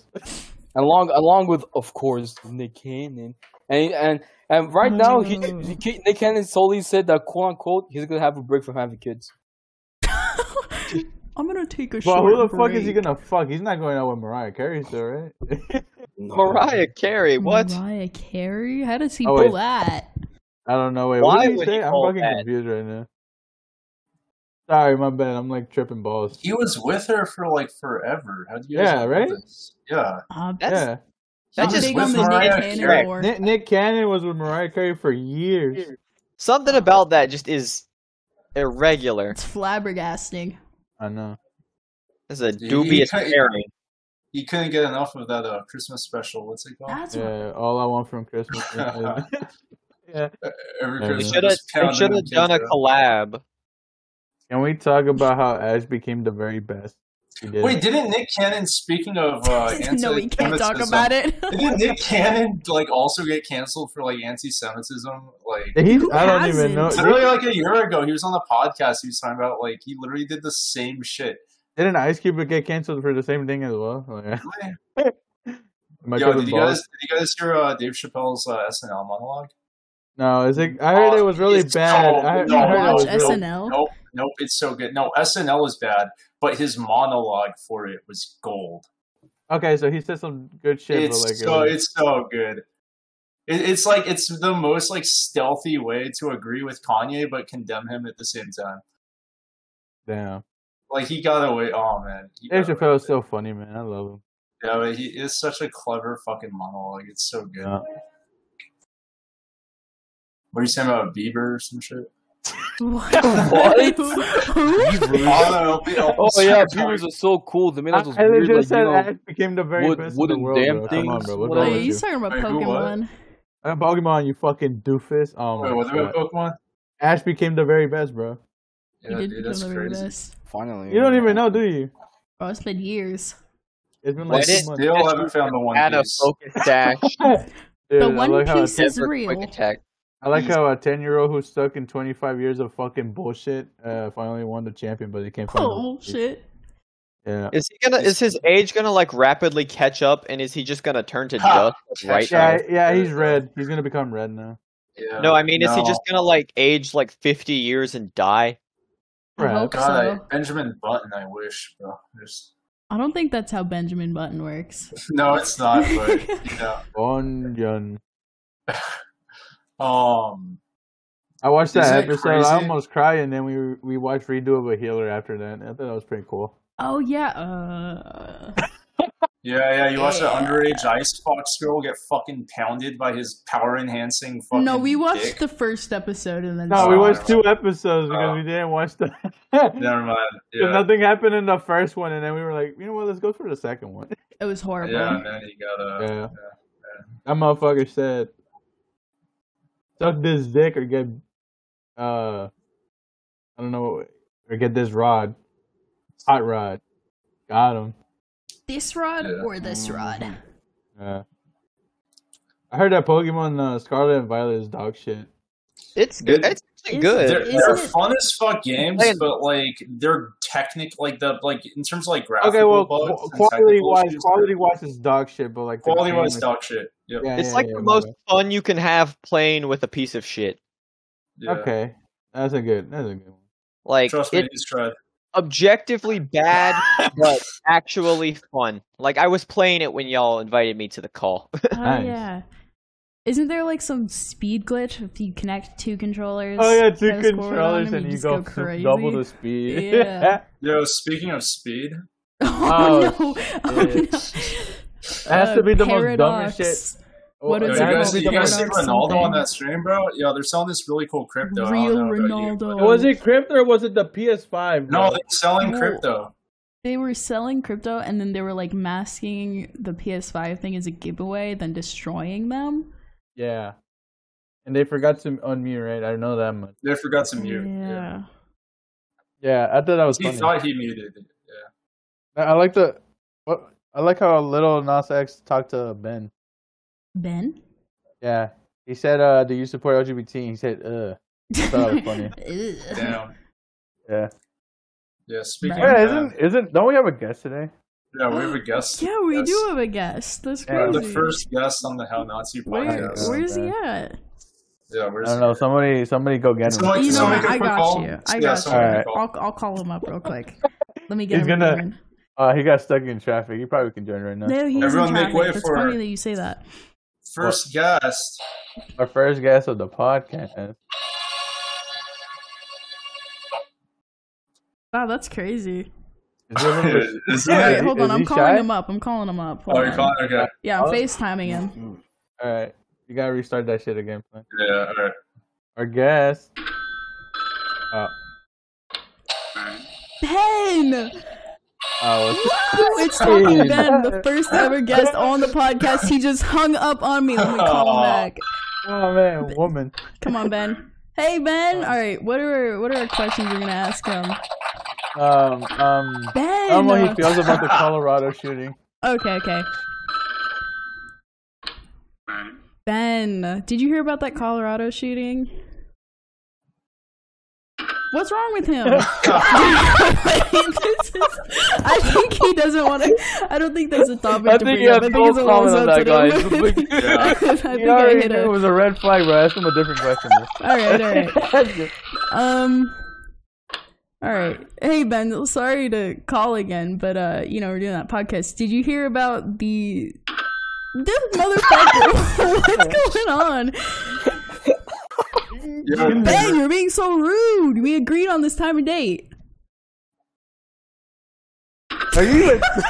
D: Along, along with, of course, Nick Cannon, and and and right now, he,
B: Mm.
D: he ca- Nick Cannon solely said that quote unquote he's gonna have a break from having kids.
B: I'm gonna take a
A: Well,
B: short
A: who the fuck is he
B: break.
A: gonna fuck? He's not going out with Mariah Carey, still, right?
E: Mariah Carey, what?
B: Mariah Carey? How does he
A: Oh,
B: pull
A: wait.
B: that?
A: I don't know. Wait, what
E: Why
A: did he
E: would
A: say?
E: he
A: I'm
E: call
A: fucking
E: that?
A: confused right now. Sorry, my bad. I'm like tripping balls.
C: He was with her for like forever. How do you guys
A: Yeah,
C: not know
A: right?
C: this? Yeah.
B: Uh,
E: That's-
A: yeah,
E: that
B: not
E: just
B: big
C: was
B: on the Nick
C: Mariah
B: Cannon
E: Carey.
B: lore.
A: Nick, Nick Cannon was with Mariah Carey for years.
E: Something about that just is irregular.
B: It's flabbergasting.
A: I know.
E: It's a
C: He-
E: dubious
C: he-
E: pairing.
C: He couldn't get enough of that uh, Christmas special. What's it called?
B: That's what
A: Yeah, all I want from Christmas. is-
C: (laughs)
A: yeah.
C: Every
A: Yeah,
E: They
A: man.
C: Christmas.
E: should have. They
C: pounding
E: should
C: them
E: have
C: kids
E: done a
C: out.
E: collab.
A: Can we talk about how Ash became the very best? He did.
C: Wait, didn't Nick Cannon, speaking of uh,
B: (laughs) no, we can't talk
C: anti-Semitism,
B: about it.
C: (laughs)
B: (laughs)
C: Didn't Nick Cannon like also get canceled for like anti-Semitism? Like
A: He's,
B: Who
A: I don't even know.
B: hasn't?
C: literally like a year ago, he was on the podcast. He was talking about like he literally did the same shit.
A: Didn't Ice Cube get canceled for the same thing as well? (laughs)
C: (laughs)
A: Like, am I
C: Yo,
A: tripping
C: did you
A: balls?
C: guys did you guys hear uh, Dave Chappelle's uh, SNL monologue?
A: No, is it? I heard it was really
C: Oh, It's-
A: bad.
C: no,
A: I, I heard
C: no,
A: it was
B: Watch
C: no, (laughs)
A: real.
B: SNL.
C: Nope, nope, it's so good. No, SNL is bad, but his monologue for it was gold.
A: Okay, so he said some good shit,
C: it's
A: but like,
C: so
A: it was-
C: it's so good. It, it's like it's the most like stealthy way to agree with Kanye but condemn him at the same time.
A: damn,
C: Like he got away. Oh man, he
A: Dave
C: got away.
A: Chappelle's so funny, man. I love him.
C: Yeah, but he is such a clever fucking monologue. It's so good.
A: Yeah.
C: What are you saying about Bieber or some shit?
B: What? (laughs) Who?
C: oh, (laughs) no, no,
D: Oh yeah, viewers are so cool. The
A: I,
D: minute those
A: I
D: weird,
A: legit
D: like, you
A: said
D: know,
A: Ash became the very
D: wood-
A: best in the
D: wooden
A: world,
D: damn
A: bro. Come on,
D: things,
A: bro. What's
D: whatever.
A: wrong
B: Wait,
A: with
B: he's
A: you?
B: talking about
C: Wait, who
B: Pokemon.
A: Uh, Pokemon, you fucking doofus. Oh my
C: Wait, what
A: god.
C: about Pokemon?
A: Ash became the very best, bro.
B: He
C: Yeah,
B: did
C: dude,
B: become
C: that's
B: the very
C: crazy.
B: best.
D: finally. uh,
A: You don't even know, do you?
B: Oh, it's been years.
A: It's been
E: Why
A: like
C: I
A: two
E: didn't-
A: months.
C: still haven't found the one
E: Add a
C: piece.
E: focus
B: (laughs)
E: dash.
A: Dude,
B: the
A: I
B: One
A: like how
B: Piece is
E: Denver
B: real.
E: Quick attack.
A: I like how a ten-year-old who's stuck in twenty-five years of fucking bullshit uh, finally won the champion, but he can't find. the-
B: Oh shit!
A: Yeah.
E: Is he gonna? Is his age gonna like rapidly catch up? And is he just gonna
C: (sighs)
E: turn to dust? Right
A: Yeah,
E: now?
A: yeah, he's
C: Yeah.
A: red. He's gonna become red now.
C: Yeah.
E: No, I mean, is he
C: No.
E: just gonna like age like fifty years and die?
B: I hope
A: Perhaps.
C: God, I,
B: so.
C: Benjamin Button. I wish, bro. There's-
B: I don't think that's how Benjamin Button works.
C: (laughs) no, it's not. But you know,
A: (laughs) Onion.
C: um,
A: I watched that
C: Isn't it
A: episode.
C: crazy?
A: I almost cried, and then we we watched redo of a healer after that. I thought that was pretty cool.
B: Oh yeah. Uh,
C: yeah, yeah. You watch
B: Yeah.
C: that underage ice fox girl get fucking pounded by his power enhancing fucking.
B: no, we watched
C: dick?
B: the first episode and then.
A: No, we
C: Oh,
A: watched
C: I
A: two episodes because
C: Oh.
A: we didn't watch the.
C: Never mind.
A: (laughs) Because
C: Yeah,
A: Nothing happened in the first one, and then we were like, you know what? Let's go for the second one.
B: it was horrible.
C: yeah. Man, you gotta.
A: Yeah. That motherfucker said, "Suck this dick or get, uh, I don't know, or get this rod, hot rod." Got him.
B: This rod
C: Yeah.
B: or this
A: Mm. (laughs)
B: rod?
A: Yeah. I heard that Pokemon uh, Scarlet and Violet is dog shit.
E: It's good.
C: It-
E: It's actually
B: Is-
E: good.
C: They're,
B: Isn't
C: they're
B: it-
C: fun as fuck games,
E: Playing-
C: but like they're technic, like the like in terms of like graphical
A: Okay, well,
C: bugs,
A: qu-
C: and
A: quality
C: technical
A: wise,
C: issues,
A: quality wise is dog shit, but like the
C: quality
A: game
C: wise,
A: is-
C: dog shit. Yep.
A: Yeah,
E: It's
A: yeah,
E: like
A: yeah,
E: the
A: my
E: most
A: bad.
E: fun you can have playing with a piece of shit.
C: Yeah.
A: Okay, that's a good. That's a good one.
E: Like
C: Trust me,
E: it's
C: he's tried.
E: objectively bad,
C: (laughs)
E: but actually fun. Like I was playing it when y'all invited me to the call. (laughs)
B: Oh
A: Nice.
B: yeah. Isn't there like some speed glitch if you connect two controllers?
A: Oh yeah, two
B: press forward on
A: controllers
B: them,
A: and you
B: just
A: go,
B: crazy?
A: double the speed. (laughs)
B: Yeah.
C: Yo, speaking of speed,
B: (laughs) Oh,
A: Oh,
B: no! (laughs) Oh, no.
A: shit. That has to be the most dumbest
B: Paradox.
A: shit.
B: What
A: Well,
C: yo,
B: is
C: you
A: that
B: that
A: has to
B: called?
C: guys,
A: be
C: you
A: the
C: guys
A: most-
C: see
B: Paradox
C: Ronaldo
B: something.
C: on that stream, bro? Yo, they're selling this really cool crypto. I
B: Real
C: don't know about you,
B: Ronaldo.
C: but-
A: Was it crypto or was it the PS5?
C: No,
A: bro?
C: they're selling
B: Well,
C: crypto.
B: they were selling crypto and then they were like masking the PS5 thing as a giveaway, then destroying them.
A: Yeah. And they forgot to unmute, right? I know that much.
C: They forgot to mute. Yeah.
B: Yeah.
A: Yeah, I thought that was
C: He
A: funny.
C: thought he muted it. Yeah.
A: I I like the what I like how little Nas X talked to Ben.
B: Ben?
A: Yeah. He said, uh, do you support LGBT? And he said, uh thought that was
B: (laughs)
A: funny.
B: Ugh.
C: Damn.
A: Yeah.
C: Yeah. Speaking
B: Right.
A: Yeah,
C: of
A: isn't isn't don't we have a guest today?
C: that, yeah, we have a guest.
B: Yeah, we
C: Yes.
B: do have a guest. That's
A: Yeah.
B: crazy.
C: The first guest on the How Nazi
B: Where,
C: podcast.
B: where's he
A: Yeah.
B: at?
C: Yeah,
A: I
C: where's
A: don't know. Somebody somebody go get him.
C: Someone-
B: You know
C: someone
B: what?
C: give
B: I
C: him a
B: got
C: call.
B: you. I
C: yeah,
B: got
C: someone
A: you.
C: give him a
A: Alright.
C: call.
B: I'll I'll call him up real quick. Let me get
A: He's
B: him.
A: gonna-
B: going.
A: Uh, he got stuck in traffic. He probably can join right now.
B: No, he's
C: Everyone
B: in
C: make
B: traffic.
C: way
B: That's
C: for-
B: funny that you say that.
C: First guest.
A: Our first guest of the podcast.
B: Wow, that's crazy.
A: Is he a little
C: (laughs)
A: bit-
C: Is
A: Yeah,
B: Wait,
A: is he-
B: hold
A: is
B: on. I'm
A: he
B: calling
A: shy?
B: him up. I'm calling him up. Hold
C: Oh, you're
B: on.
C: calling? Okay.
B: Yeah, I'm
A: Oh.
B: FaceTiming him.
A: All right, you gotta restart that shit again. Plan.
C: Yeah, all
B: (laughs)
C: right.
A: Our guest. Oh,
B: Ben!
A: oh, what's-
B: Woo! It's talking Ben, the first ever
A: (laughs)
B: guest on the podcast. He just hung up on me. Let me call him back.
A: oh
B: (laughs)
A: man, woman.
B: Come on, Ben. Hey Ben. All right, what are what are our questions we're gonna ask him?
A: Um, um, I
B: Ben.
A: don't know how he feels about
B: (laughs)
A: the Colorado shooting.
B: Okay, okay. Ben, did you hear about that Colorado shooting? What's wrong with him?
A: (laughs)
B: This is- (laughs) I think he doesn't want to. I don't think that's a topic
A: I
B: to
A: think
B: bring
A: he
B: up. I
A: has
B: think it's a
A: no
B: little
A: comment on that,
B: sensitive.
A: guys.
B: (laughs) I
A: (laughs)
B: think
A: He
B: I
A: already
B: hit
A: knew it
B: it.
A: was a red flag, bro. Ask him a different question.
B: All right, all
A: (laughs)
B: right. Um. All right. Hey Ben, sorry to call again, but uh, you know, we're doing that podcast. Did you hear about the this motherfucker? (laughs) What's going on?
C: Yo,
B: Ben, you're being so rude. We agreed on this time and date.
A: Are (laughs) you? (laughs)
B: Does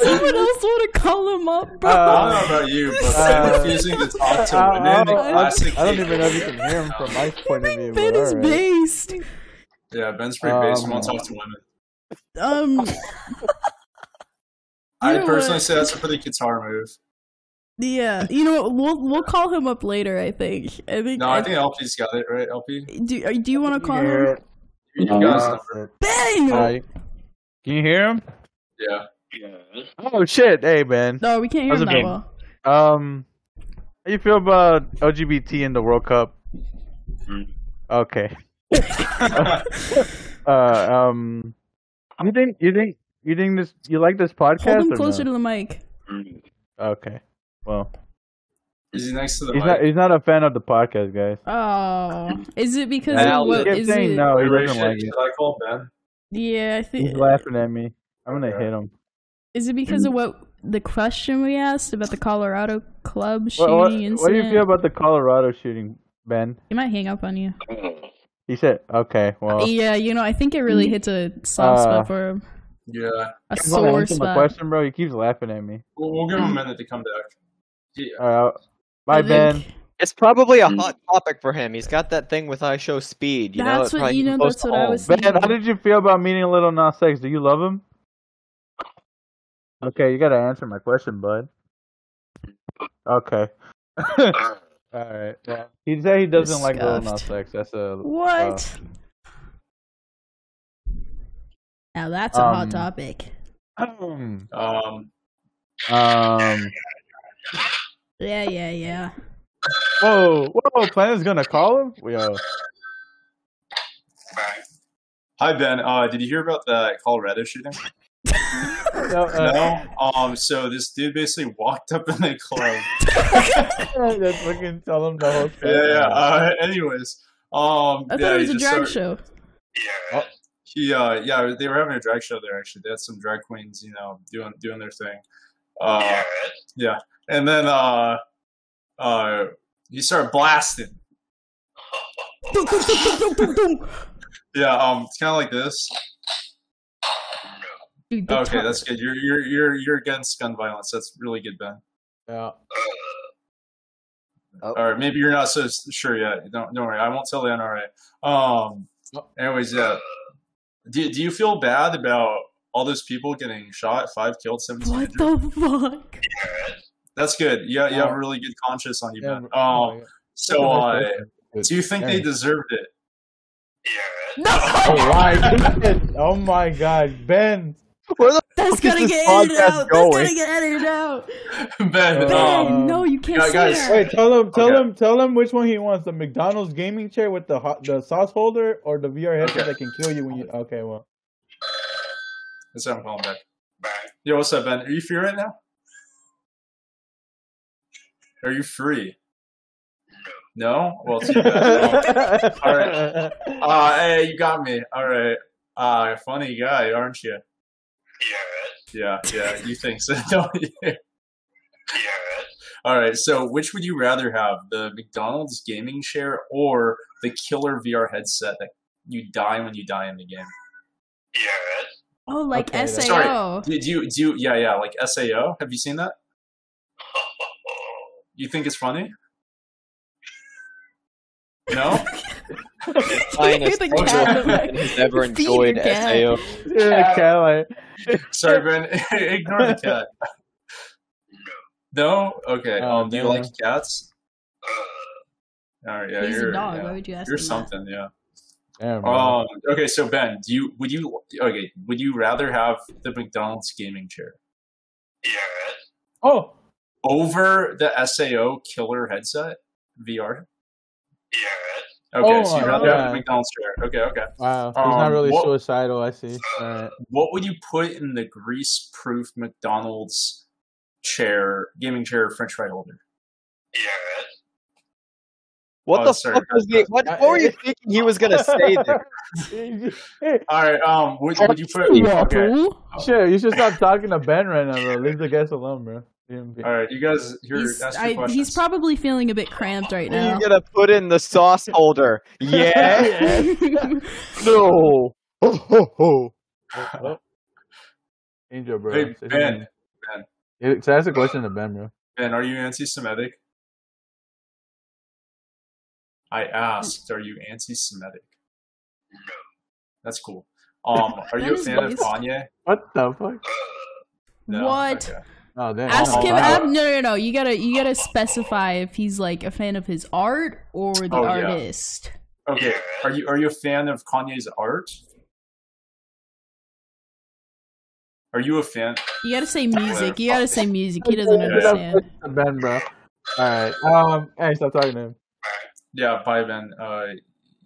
B: someone else want to call him up, bro?
C: I
A: Uh,
C: don't know about you, but
B: (laughs)
C: I'm
A: Uh,
C: refusing to talk to
A: I,
C: women.
A: I, I,
C: the classic
A: I don't even know if you
C: thing.
A: can hear him from my point of view.
B: ben
A: but
B: is
A: all right.
B: based.
C: Yeah, Ben's pretty base.
A: Um,
C: won't talk to women. (laughs)
B: Um,
C: I
B: know
C: personally
B: what?
C: say that's a pretty guitar move.
B: yeah. You know what? We'll we'll call him up later. I think. I think.
C: No, I think LP's got it, right? LP?
B: do, uh, do you want to
A: You
B: call
A: can hear
B: him?
A: it. Uh,
C: You
A: Uh-huh.
D: No.
C: got his number.
B: Ben.
A: All right. Can you hear him?
C: Yeah.
A: Oh shit! Hey, man.
B: No, we can't hear
A: How's
B: him
A: it
B: that
A: been?
B: well.
A: Um, how you feel about LGBT in the World Cup? Okay. uh, um, you think you think you think this you like this podcast?
B: Hold him
A: or
B: closer
A: no?
B: to the mic.
A: Okay. Well,
C: Is he next to the
A: he's
C: mic?
A: not he's not a fan of the podcast, guys.
B: Oh, (laughs) is it because
E: And
B: of
E: I'll
A: He
B: what
A: kept
B: is
A: saying
B: it?
A: no. He doesn't
C: Should-
A: like it.
C: should I call Ben?
B: Yeah, I
A: He's
B: think
A: laughing at me. I'm gonna
C: Okay.
A: hit him.
B: is it because of what the question we asked about the Colorado club
A: What,
B: shooting
A: what,
B: incident?
A: what do you feel about the Colorado shooting, Ben?
B: He might hang up on you.
A: He said, "Okay, well."
B: Yeah, you know, I think it
C: Mm.
B: really hits a soft
A: Oh. Uh,
B: spot for him, a
C: Yeah.
A: Come on,
B: sore
A: answer my
B: spot.
A: question, bro. He keeps laughing at me.
C: We'll, we'll give him a minute to come back. Yeah.
A: All right. Bye,
B: I
A: Ben.
B: think
E: It's probably
C: Mm.
E: a hot topic for him. He's got that thing with I show speed. You know,
B: That's
E: it's
B: what-
E: probably
B: you know,
E: close
B: that's
E: to
B: what I
E: home. (laughs)
B: was
A: Ben, how did you feel about meeting Little Nas X? Do you love him? Okay, you gotta answer my question, bud. Okay. (laughs) All right. Well, he said he doesn't like Little Nas
B: Scuffed.
A: X. That's a
B: What? Now that's a
A: Um,
B: hot topic.
A: um.
C: Um,
B: Yeah, yeah, yeah.
A: Whoa, whoa! Planet's gonna call him. Yo,
C: hi, Ben. Uh, did you hear about the Colorado shooting? (laughs)
A: no, uh, (laughs)
C: No. Um, so this dude basically walked up in
B: (laughs)
C: the club.
A: that's fucking tell him the whole story.
C: yeah, yeah. Uh, anyways, um,
B: I thought
C: yeah,
B: it was
C: he
B: a
C: just
B: drag
C: started-
B: show.
C: He, uh, yeah, they were having a drag show there. Actually, they had some drag queens, you know, doing doing their thing. Uh, yeah, and then uh, uh, he started blasting. (laughs) Yeah, um, it's kind of like this.
B: Dude, the
C: Okay,
B: to-
C: that's good. You're you're you're you're against gun violence. That's really good, Ben.
A: yeah.
C: uh, All right, maybe you're not so s- sure yet. Don't don't worry. I won't tell the NRA. Um. Anyways, yeah. Do, do you feel bad about all those people getting shot, five killed, seventeen
B: What
C: injured?
B: the
C: (laughs)
B: fuck?
C: That's good. Yeah, you,
A: Oh.
C: have a really good conscience on you,
A: Yeah,
C: man.
A: but-
C: Oh,
A: my God.
C: so uh, do you think they
A: Yeah.
C: deserved it? (laughs)
A: Oh my god! Oh my god, Ben!
E: Where the
B: That's
E: fuck is
B: gonna
E: this
B: get edited
E: podcast
B: out.
E: going?
B: That's gonna get edited out.
C: ben,
A: Uh,
C: um,
B: Ben, no, you can't
C: yeah,
B: say
C: guys,
B: that.
A: Wait, tell him, tell
C: Okay.
A: him, tell him which one he wants: the McDonald's gaming chair with the hot, the sauce holder, or the VR headset
C: Okay.
A: that can kill you when you. Okay,
C: (laughs)
A: well,
C: that's what I'm calling back. Yo, what's up, Ben? Are you free right now? Are you free? No. Well, too bad. Um, Alright. Uh, hey, you got me. All right. Uh, funny guy, aren't you? Yeah, yeah, you think so, (laughs) don't you? All right, so which would you rather have, the McDonald's gaming chair or the killer VR headset that you die when you die in the game?
B: Oh, like
A: Okay, that's-
B: SAO. (laughs)
C: Sorry. Did you do? you- Yeah, yeah, like Sao. Have you (laughs) seen that? You think it's funny? No.
E: finest
B: the
E: cultural
C: cat,
E: (laughs) that
B: like, (laughs)
E: has ever
B: feed your
E: enjoyed
B: cat.
E: SAO.
A: yeah, Cat, like,
C: Sorry, Ben. (laughs) Ignore the cat. No. Okay.
A: Oh,
C: um, do you
A: damn.
C: like cats? All right. Yeah,
B: He's
C: you're
B: a dog.
C: yeah,
B: Why would you ask
C: you're
B: him
C: something. Yeah.
A: damn, bro.
C: Um, okay, so Ben, do you would you okay would you rather have the McDonald's gaming chair
A: oh,
C: over the Sao killer headset VR? Okay,
A: Oh
C: so you'd
A: my
C: rather have
A: God.
C: the McDonald's chair. Okay, okay.
A: wow, he's not
C: Um,
A: really
C: what-
A: suicidal. I
C: (laughs)
A: see. Alright.
C: What would you put in the grease-proof McDonald's chair, gaming chair, French fry holder?
E: What
C: Oh,
E: the
C: sorry
E: fuck
C: about
E: was the,
C: that.
E: what, what were you thinking he was gonna say there?
C: Oh.
A: Hey,
C: All right. Um, would, would you put? Okay.
B: Waffle.
A: sure, you should stop talking to Ben right now, bro. Leave the guest alone, bro.
C: All right, you guys here.
B: He's,
C: ask
B: I-
C: your questions.
B: he's probably feeling a bit cramped right now.
E: You gonna put in the sauce holder?
A: (laughs)
E: Yeah,
B: (laughs)
E: no.
A: Angel, bro.
C: Hey,
A: Say
C: Ben.
A: something. Yeah, So that's a question to Ben, bro.
C: Ben, are you anti-Semitic? I asked, are you anti-Semitic? That's cool. Um,
B: (laughs)
C: are
B: That
C: you a
B: is
C: fan of
B: nice.
C: Kanye?
A: What the fuck?
B: What?
C: Okay.
A: Oh, damn.
B: Ask
C: Oh,
B: him.
C: wow.
B: Ab- no, no, no. You gotta, you gotta specify if he's like a fan of his art or the
C: Oh, yeah.
B: artist.
C: Okay. Are you are you a fan of Kanye's art? Are you a fan?
B: You gotta say music. You gotta say music. He doesn't
A: Yeah, that's a
B: understand.
A: question to Ben, bro. All right. Um. Hey, stop talking to him.
C: Yeah, bye, Ben. Uh,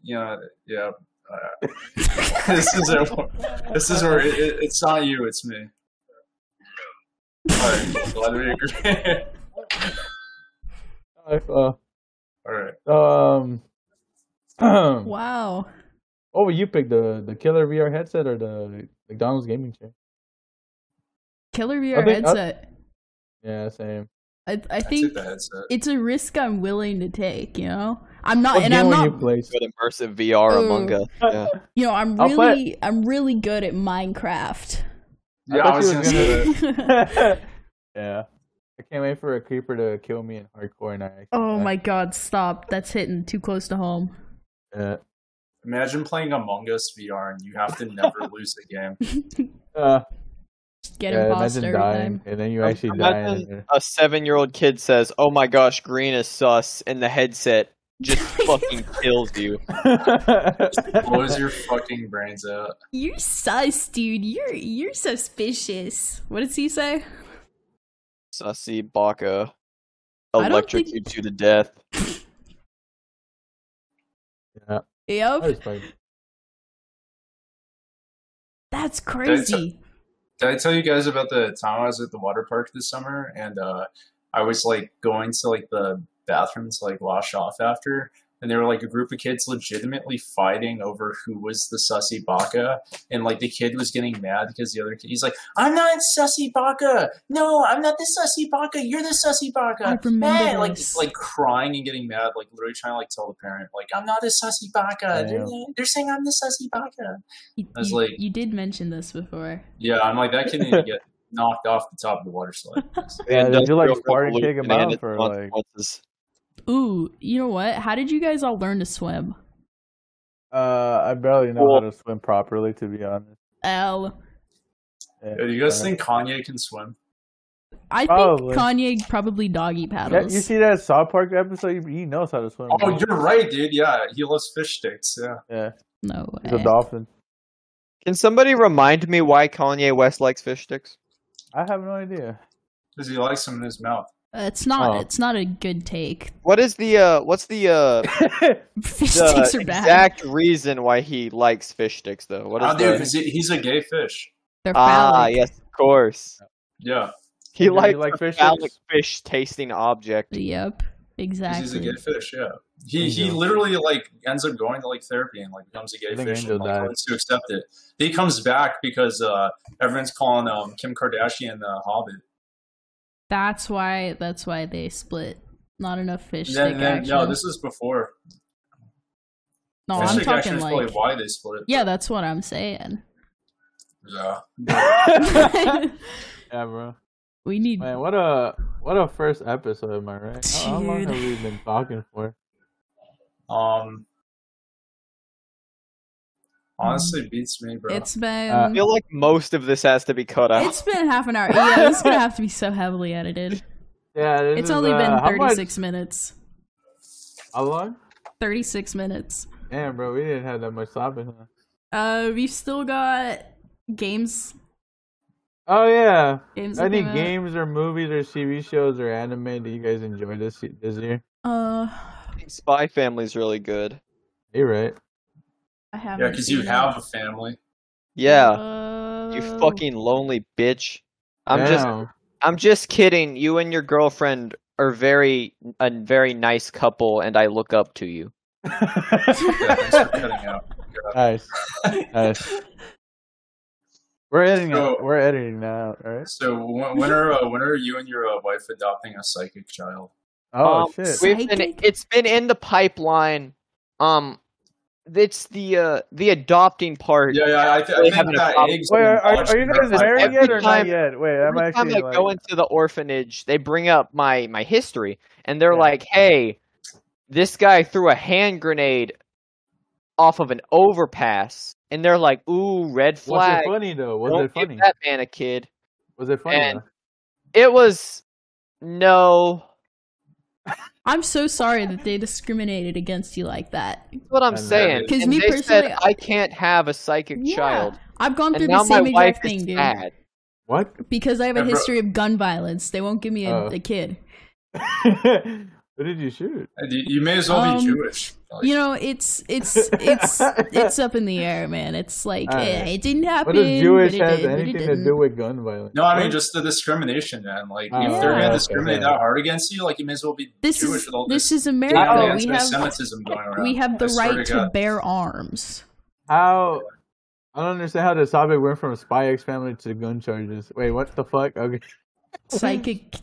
C: yeah, yeah. Uh, (laughs) this is a, this is where it, it, it's not you, it's me. All right, glad we agree. (laughs)
A: Uh,
C: All right.
A: um. (clears throat) what?
B: Wow.
A: would you pick the the killer VR headset or the McDonald's gaming chair?
B: Killer VR
A: think- I-
B: headset.
A: Yeah, same.
B: I, I
C: I took
B: think
C: the headset.
B: it's a risk I'm willing to take. You know, I'm not,
A: What
B: Oh, and
A: game
B: I'm
A: would
B: not.
A: you play?
C: (laughs)
E: Good immersive VR
B: Ooh.
E: Among Us. Yeah.
B: You know, I'm
A: I'll play it.
B: really, I'm really good at
A: (laughs)
B: Minecraft.
A: I
C: Yeah, I,
A: thought
C: was
A: you
C: gonna
A: was
C: say that.
A: yeah. I can't wait for a creeper to kill me in hardcore and I. actually
B: (laughs) oh
A: die.
B: my god! Stop. That's hitting too close to home.
A: Yeah.
C: Imagine playing Among Us VR and you have to never lose a game.
A: Uh,
B: Get
A: yeah,
B: imposter
A: imagine
B: every
A: dying
B: time.
A: and then you
E: Um,
A: actually die.
E: imagine-
A: and then-
E: A seven-year-old kid says, "Oh my gosh, green is sus," and the headset
A: (laughs)
E: just fucking kills you.
C: (laughs)
A: (laughs)
C: Blows your fucking brains out.
B: You're sus, dude. You're you're suspicious. What does he say?
E: Sussy Baka
B: I don't
E: electrocutes you to death.
A: That
B: Yep.
A: was funny.
B: That's crazy.
C: Did I tell you guys about the time I was at the water park this summer and uh, I was like going to like the bathroom to like wash off after? And there were like a group of kids legitimately fighting over who was the sussy baka. And like the kid was getting mad because the other kid, he's like, I'm not sussy baka. No, I'm not the sussy baka. You're the sussy baka.
B: I remember
C: Hey, like
B: this.
C: like crying and getting mad, like literally trying to like tell the parent, like, I'm not a sussy baka. They're, they're saying I'm the sussy baka.
B: You,
C: I was
B: you-
C: like-
B: you did mention this before.
C: Yeah, I'm like that kid
B: (laughs)
C: needed to get knocked off the top of the water slide.
A: (laughs) Yeah,
E: The
A: did you, like,
E: Industrial
A: Spartan kick
E: Revolution
A: him out
E: and its
A: for, like-
E: consequences.
B: Ooh, you know what? How did you guys all learn to swim?
A: Uh, I barely know how
E: Well-
A: to swim properly, to be honest.
B: L.
A: Yeah,
C: Yeah, do you guys
A: uh,
C: think Kanye can swim?
B: I
A: Probably.
B: think Kanye probably doggy
A: Yeah,
B: paddles.
A: you see that South Park episode? He he knows how to swim.
C: Oh,
A: bro.
C: you're right, dude. Yeah, he loves fish sticks. Yeah.
A: yeah,
B: no
A: he's a
B: way.
A: dolphin.
E: Can somebody remind me why Kanye West likes fish sticks?
A: I have no idea.
C: Because he likes them in his mouth.
B: It's not.
A: Oh.
B: It's not a good take. (laughs)
E: What is the uh? What's the uh?
B: Fish
E: the
B: sticks are bad.
E: exact reason why he likes fish sticks, though? What is
C: Oh, dude,
E: the...
C: because he's a gay fish.
B: They're
E: Ah,
B: phallic.
E: yes, of course.
C: Yeah,
E: He
A: You
E: likes
A: like fish
E: phallic
A: sticks?
E: fish tasting object.
B: Yep.
C: 'cause he's a
B: Exactly.
C: gay fish. Yeah, he
A: Angel.
C: he literally like ends up going to like therapy and like becomes a gay
A: I think
C: fish
A: Angel
C: and like,
A: died.
C: learns to accept it. He comes back because uh, everyone's calling um, Kim Kardashian the Hobbit.
B: That's why. That's why they split. Not enough fish
C: Then-
B: stick
C: then-
B: action.
C: no, this is before.
B: No,
C: fish
B: I'm
C: stick action
B: talking
C: is probably
B: like.
C: why they split.
B: Yeah, that's what I'm saying.
C: Yeah.
A: Yeah, bro.
B: we need.
A: Man, what a what a first episode, am I right? How, how long
B: Dude.
A: have we been talking for?
C: Um. Honestly, beats me, bro.
B: Mm. It's been.
A: Uh,
E: I feel like most of this has to be cut out.
B: it's been half an hour. Yeah, this is gonna have to be so heavily edited.
A: Yeah, this
B: It's
A: is,
B: only been
A: uh, how much-
B: 36 minutes.
A: How long?
B: 36 minutes.
A: Damn, bro, we didn't have that much topic. Huh?
B: Uh, we've still got games.
A: Oh yeah,
B: Games. that
A: any
B: came out.
A: games or movies or TV shows or anime that you guys enjoyed this y- this year?
B: Uh,
E: Spy Family's really good.
A: You're right.
B: I haven't.
C: yeah, because you
B: seen
C: have
B: it.
C: a family.
E: Yeah,
B: Uh,
E: you fucking lonely bitch. I'm just,
A: Damn.
E: I'm just kidding. You and your girlfriend are very, a very nice couple, and I look up to you.
C: Yeah, thanks for cutting out.
B: (laughs)
A: nice, nice. We're editing.
C: So-
A: it. We're editing that out, right?
C: So when, when are uh, when are you and your uh, wife adopting a psychic child?
A: Oh
E: Um,
A: shit!
E: We've been,
B: Psychic?
E: it's been in the pipeline. Um, it's the uh, the adopting part.
C: Yeah, yeah. I, th-
E: Really
C: I
E: having
C: think
E: a
C: that
E: problem.
C: egg's
A: Wait,
C: been
A: are, are,
C: hatched
A: are you
C: for
A: guys
C: five
A: married
E: Every
A: yet or not
E: time-
A: yet? Wait, I'm
E: Every time
A: actually
E: I
A: like.
E: go into the orphanage, they bring up my my history, and they're
A: Yeah.
E: like, "Hey, this guy threw a hand grenade off of an overpass," and they're like, "Ooh, red
A: Was
E: flag!
A: it funny though? Was
E: Don't
A: it
E: give
A: funny?
E: that man a kid."
A: Was it funny?
E: and- It was no.
B: I'm so sorry that they discriminated against you like that.
E: That's what I'm
A: And
E: saying.
C: that-
B: 'Cause
E: And
B: me
E: they
B: personally-
E: said I can't have a psychic
B: Yeah.
E: child,
B: I've gone
E: and
B: through
E: now
B: the
E: my
B: same
E: wife
B: exact
E: is
B: thing, dude.
E: sad.
A: though?
B: Because I have a
C: Yeah, bro.
B: history of gun violence, they won't give me a,
A: Oh.
B: a kid.
A: What? (laughs) what did you shoot?
C: And Uh, You, you may as well
B: Um,
C: be Jewish. Like,
B: You know, it's it's
A: (laughs)
B: it's it's up in the air, man. It's like
A: Alright.
B: eh, it didn't happen.
A: What does Jewish
B: but it
A: has
B: did, but it
A: anything to
B: didn't.
A: do with gun violence?
C: no, I mean just the discrimination, man. Like
A: Oh,
C: if they're
B: Yeah.
C: gonna
A: okay,
C: discriminate
A: yeah.
C: that hard against you, like you may as well be
B: This
C: Jewish
B: is
C: with all
B: this
C: this,
B: is
A: Oh,
B: America. we have
C: anti-Semitism going around.
B: we have the
C: I swear
B: right to
C: God.
B: bear arms.
A: How? I don't understand how this topic went from Spy X Family to gun charges. Wait, what the fuck? Okay.
B: Psychic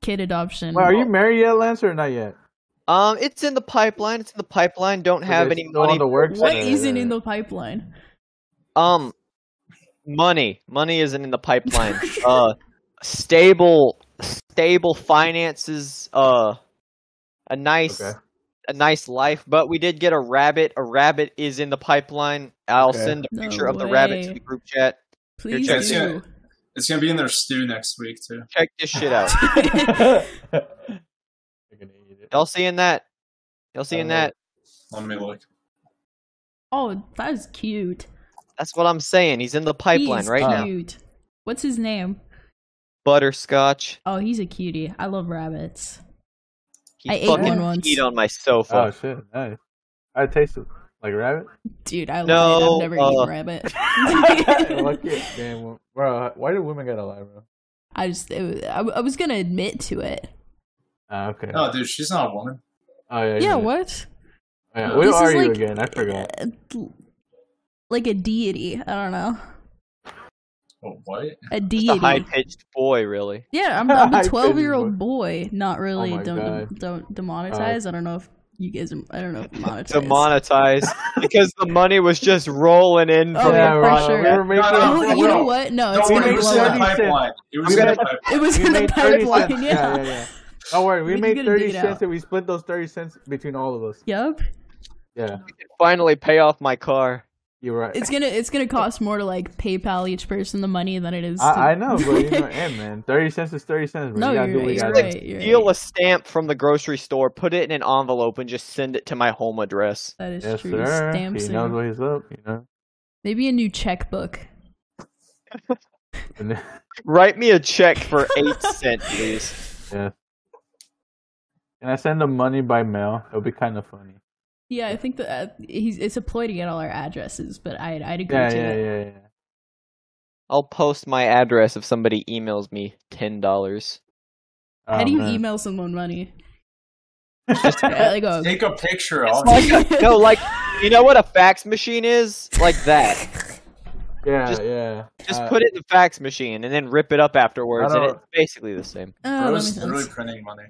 B: kid adoption.
A: Wait, are you married yet, Lance, or not yet?
E: Um, it's in the pipeline. It's in the pipeline. Don't
A: Is
E: have
A: it
E: any
A: still
E: money.
A: on the works?
B: what
A: or- (laughs)
B: isn't in the pipeline?
E: Um, money, money isn't in
A: (laughs)
E: the pipeline. uh, stable, stable finances. Uh, a nice,
A: Okay.
E: a nice life. But we did get a rabbit. A rabbit is in the pipeline. I'll
A: Okay.
E: send a
B: No
E: picture of the rabbit
B: way.
E: to the group chat.
B: Please
E: check-
B: do.
C: It's gonna be in their stew next week too.
E: Check this shit
B: (laughs)
E: out.
A: You're gonna eat it.
E: Y'all seeing that? Y'all seeing
A: Uh,
E: that?
C: Let me look.
B: oh, that is cute.
E: That's what I'm saying. He's in the pipeline
B: He's
E: right now.
B: cute. What's his name?
E: Butterscotch.
B: Oh, he's a cutie. I love rabbits.
E: He
B: I ate
E: fucking
B: one once.
E: peed on my sofa.
A: Oh shit! Nice. I taste it like
B: (laughs)
A: rabbit.
B: Dude, I
E: No,
B: love I've never
E: uh,
A: (laughs)
B: eaten rabbit. (laughs)
A: Look at damn, wo- bro. Why do women gotta lie, bro?
B: I just, it was, I, I was gonna admit to it.
A: Ah, okay.
C: No, dude, she's not a woman.
A: Oh yeah.
B: Yeah,
A: you're right.
B: what?
A: Oh,
B: (gasps)
A: yeah. Where
B: This is
A: are you
B: like-
A: again? I forgot.
B: Uh, Like a deity. I don't know.
C: Oh, what?
B: A
E: Just a high
B: deity.
E: pitched boy, really.
A: (laughs)
B: Yeah, I'm, I'm a
A: High-pitched
B: 12 year old boy. Not really.
A: Oh my
B: don't
A: God. Uh,
B: don't demonetize. I don't know if you guys. Are, I don't know if monetize.
E: To monetize because the money was just rolling in
B: Oh,
E: from
B: yeah,
E: the
B: for
E: bottom.
B: sure.
A: We were making.
C: No, no,
B: Oh, You, you know
C: no.
B: what? No, it's
C: Don't
A: we
C: worry,
B: gonna
C: it
A: made
C: was
B: blow
A: thirty
C: in the
B: up.
A: cents.
C: pipeline. It was
A: I'm
C: in the
A: gonna-
C: pipeline.
B: It
A: (laughs)
B: was
A: we
B: in the
A: made 30 cents.
B: pipeline.
A: yeah,
B: Yeah.
A: yeah,
B: (laughs)
A: yeah. Don't worry, we,
B: We can
A: made
B: get a
A: 30
B: dig
A: cents
B: out.
A: and we split those 30 cents between all of us.
B: Yep.
A: Yeah.
E: Finally pay off my car.
A: You're right.
B: It's gonna it's gonna cost more to like PayPal each person the money than it is. to...
A: I, I know, but
B: (laughs)
A: you know, hey, man, thirty cents is thirty cents. Bro.
B: No,
A: you gotta
B: you're
A: do what you
B: right,
A: gotta
B: you're right, you're
E: Steal
B: right.
E: a stamp from the grocery store, put it in an envelope, and just send it to my home address.
B: That is
A: do. Yes,
B: true.
A: sir.
B: Stamps
A: he
B: and-
A: knows what he's up. You
B: (laughs)
A: know.
B: maybe a new checkbook.
A: And then-
E: Write me a check for eight cent, please.
A: Can I send him money by mail? It would be kind of funny.
B: Yeah, I think that uh, he's it's a ploy to get all our addresses, but I'd I'd agree
A: Yeah,
B: to
A: yeah,
B: it.
A: yeah, yeah.
E: I'll post my address if somebody emails me ten dollars.
B: How
A: Oh,
B: do you
A: man.
B: email someone
E: (laughs)
B: money?
A: Just-
B: Yeah, like oh, a-
C: Take a picture of
E: Oh,
C: it.
E: yeah. No, like you know what a fax machine is? Like that.
A: yeah,
E: just-
A: yeah.
E: Just
A: Uh,
E: put it in the fax machine and then rip it up afterwards, and
A: don't-
E: it's basically the same.
B: Oh, that
C: Bro's
B: makes
C: literally
B: sense.
C: printing money.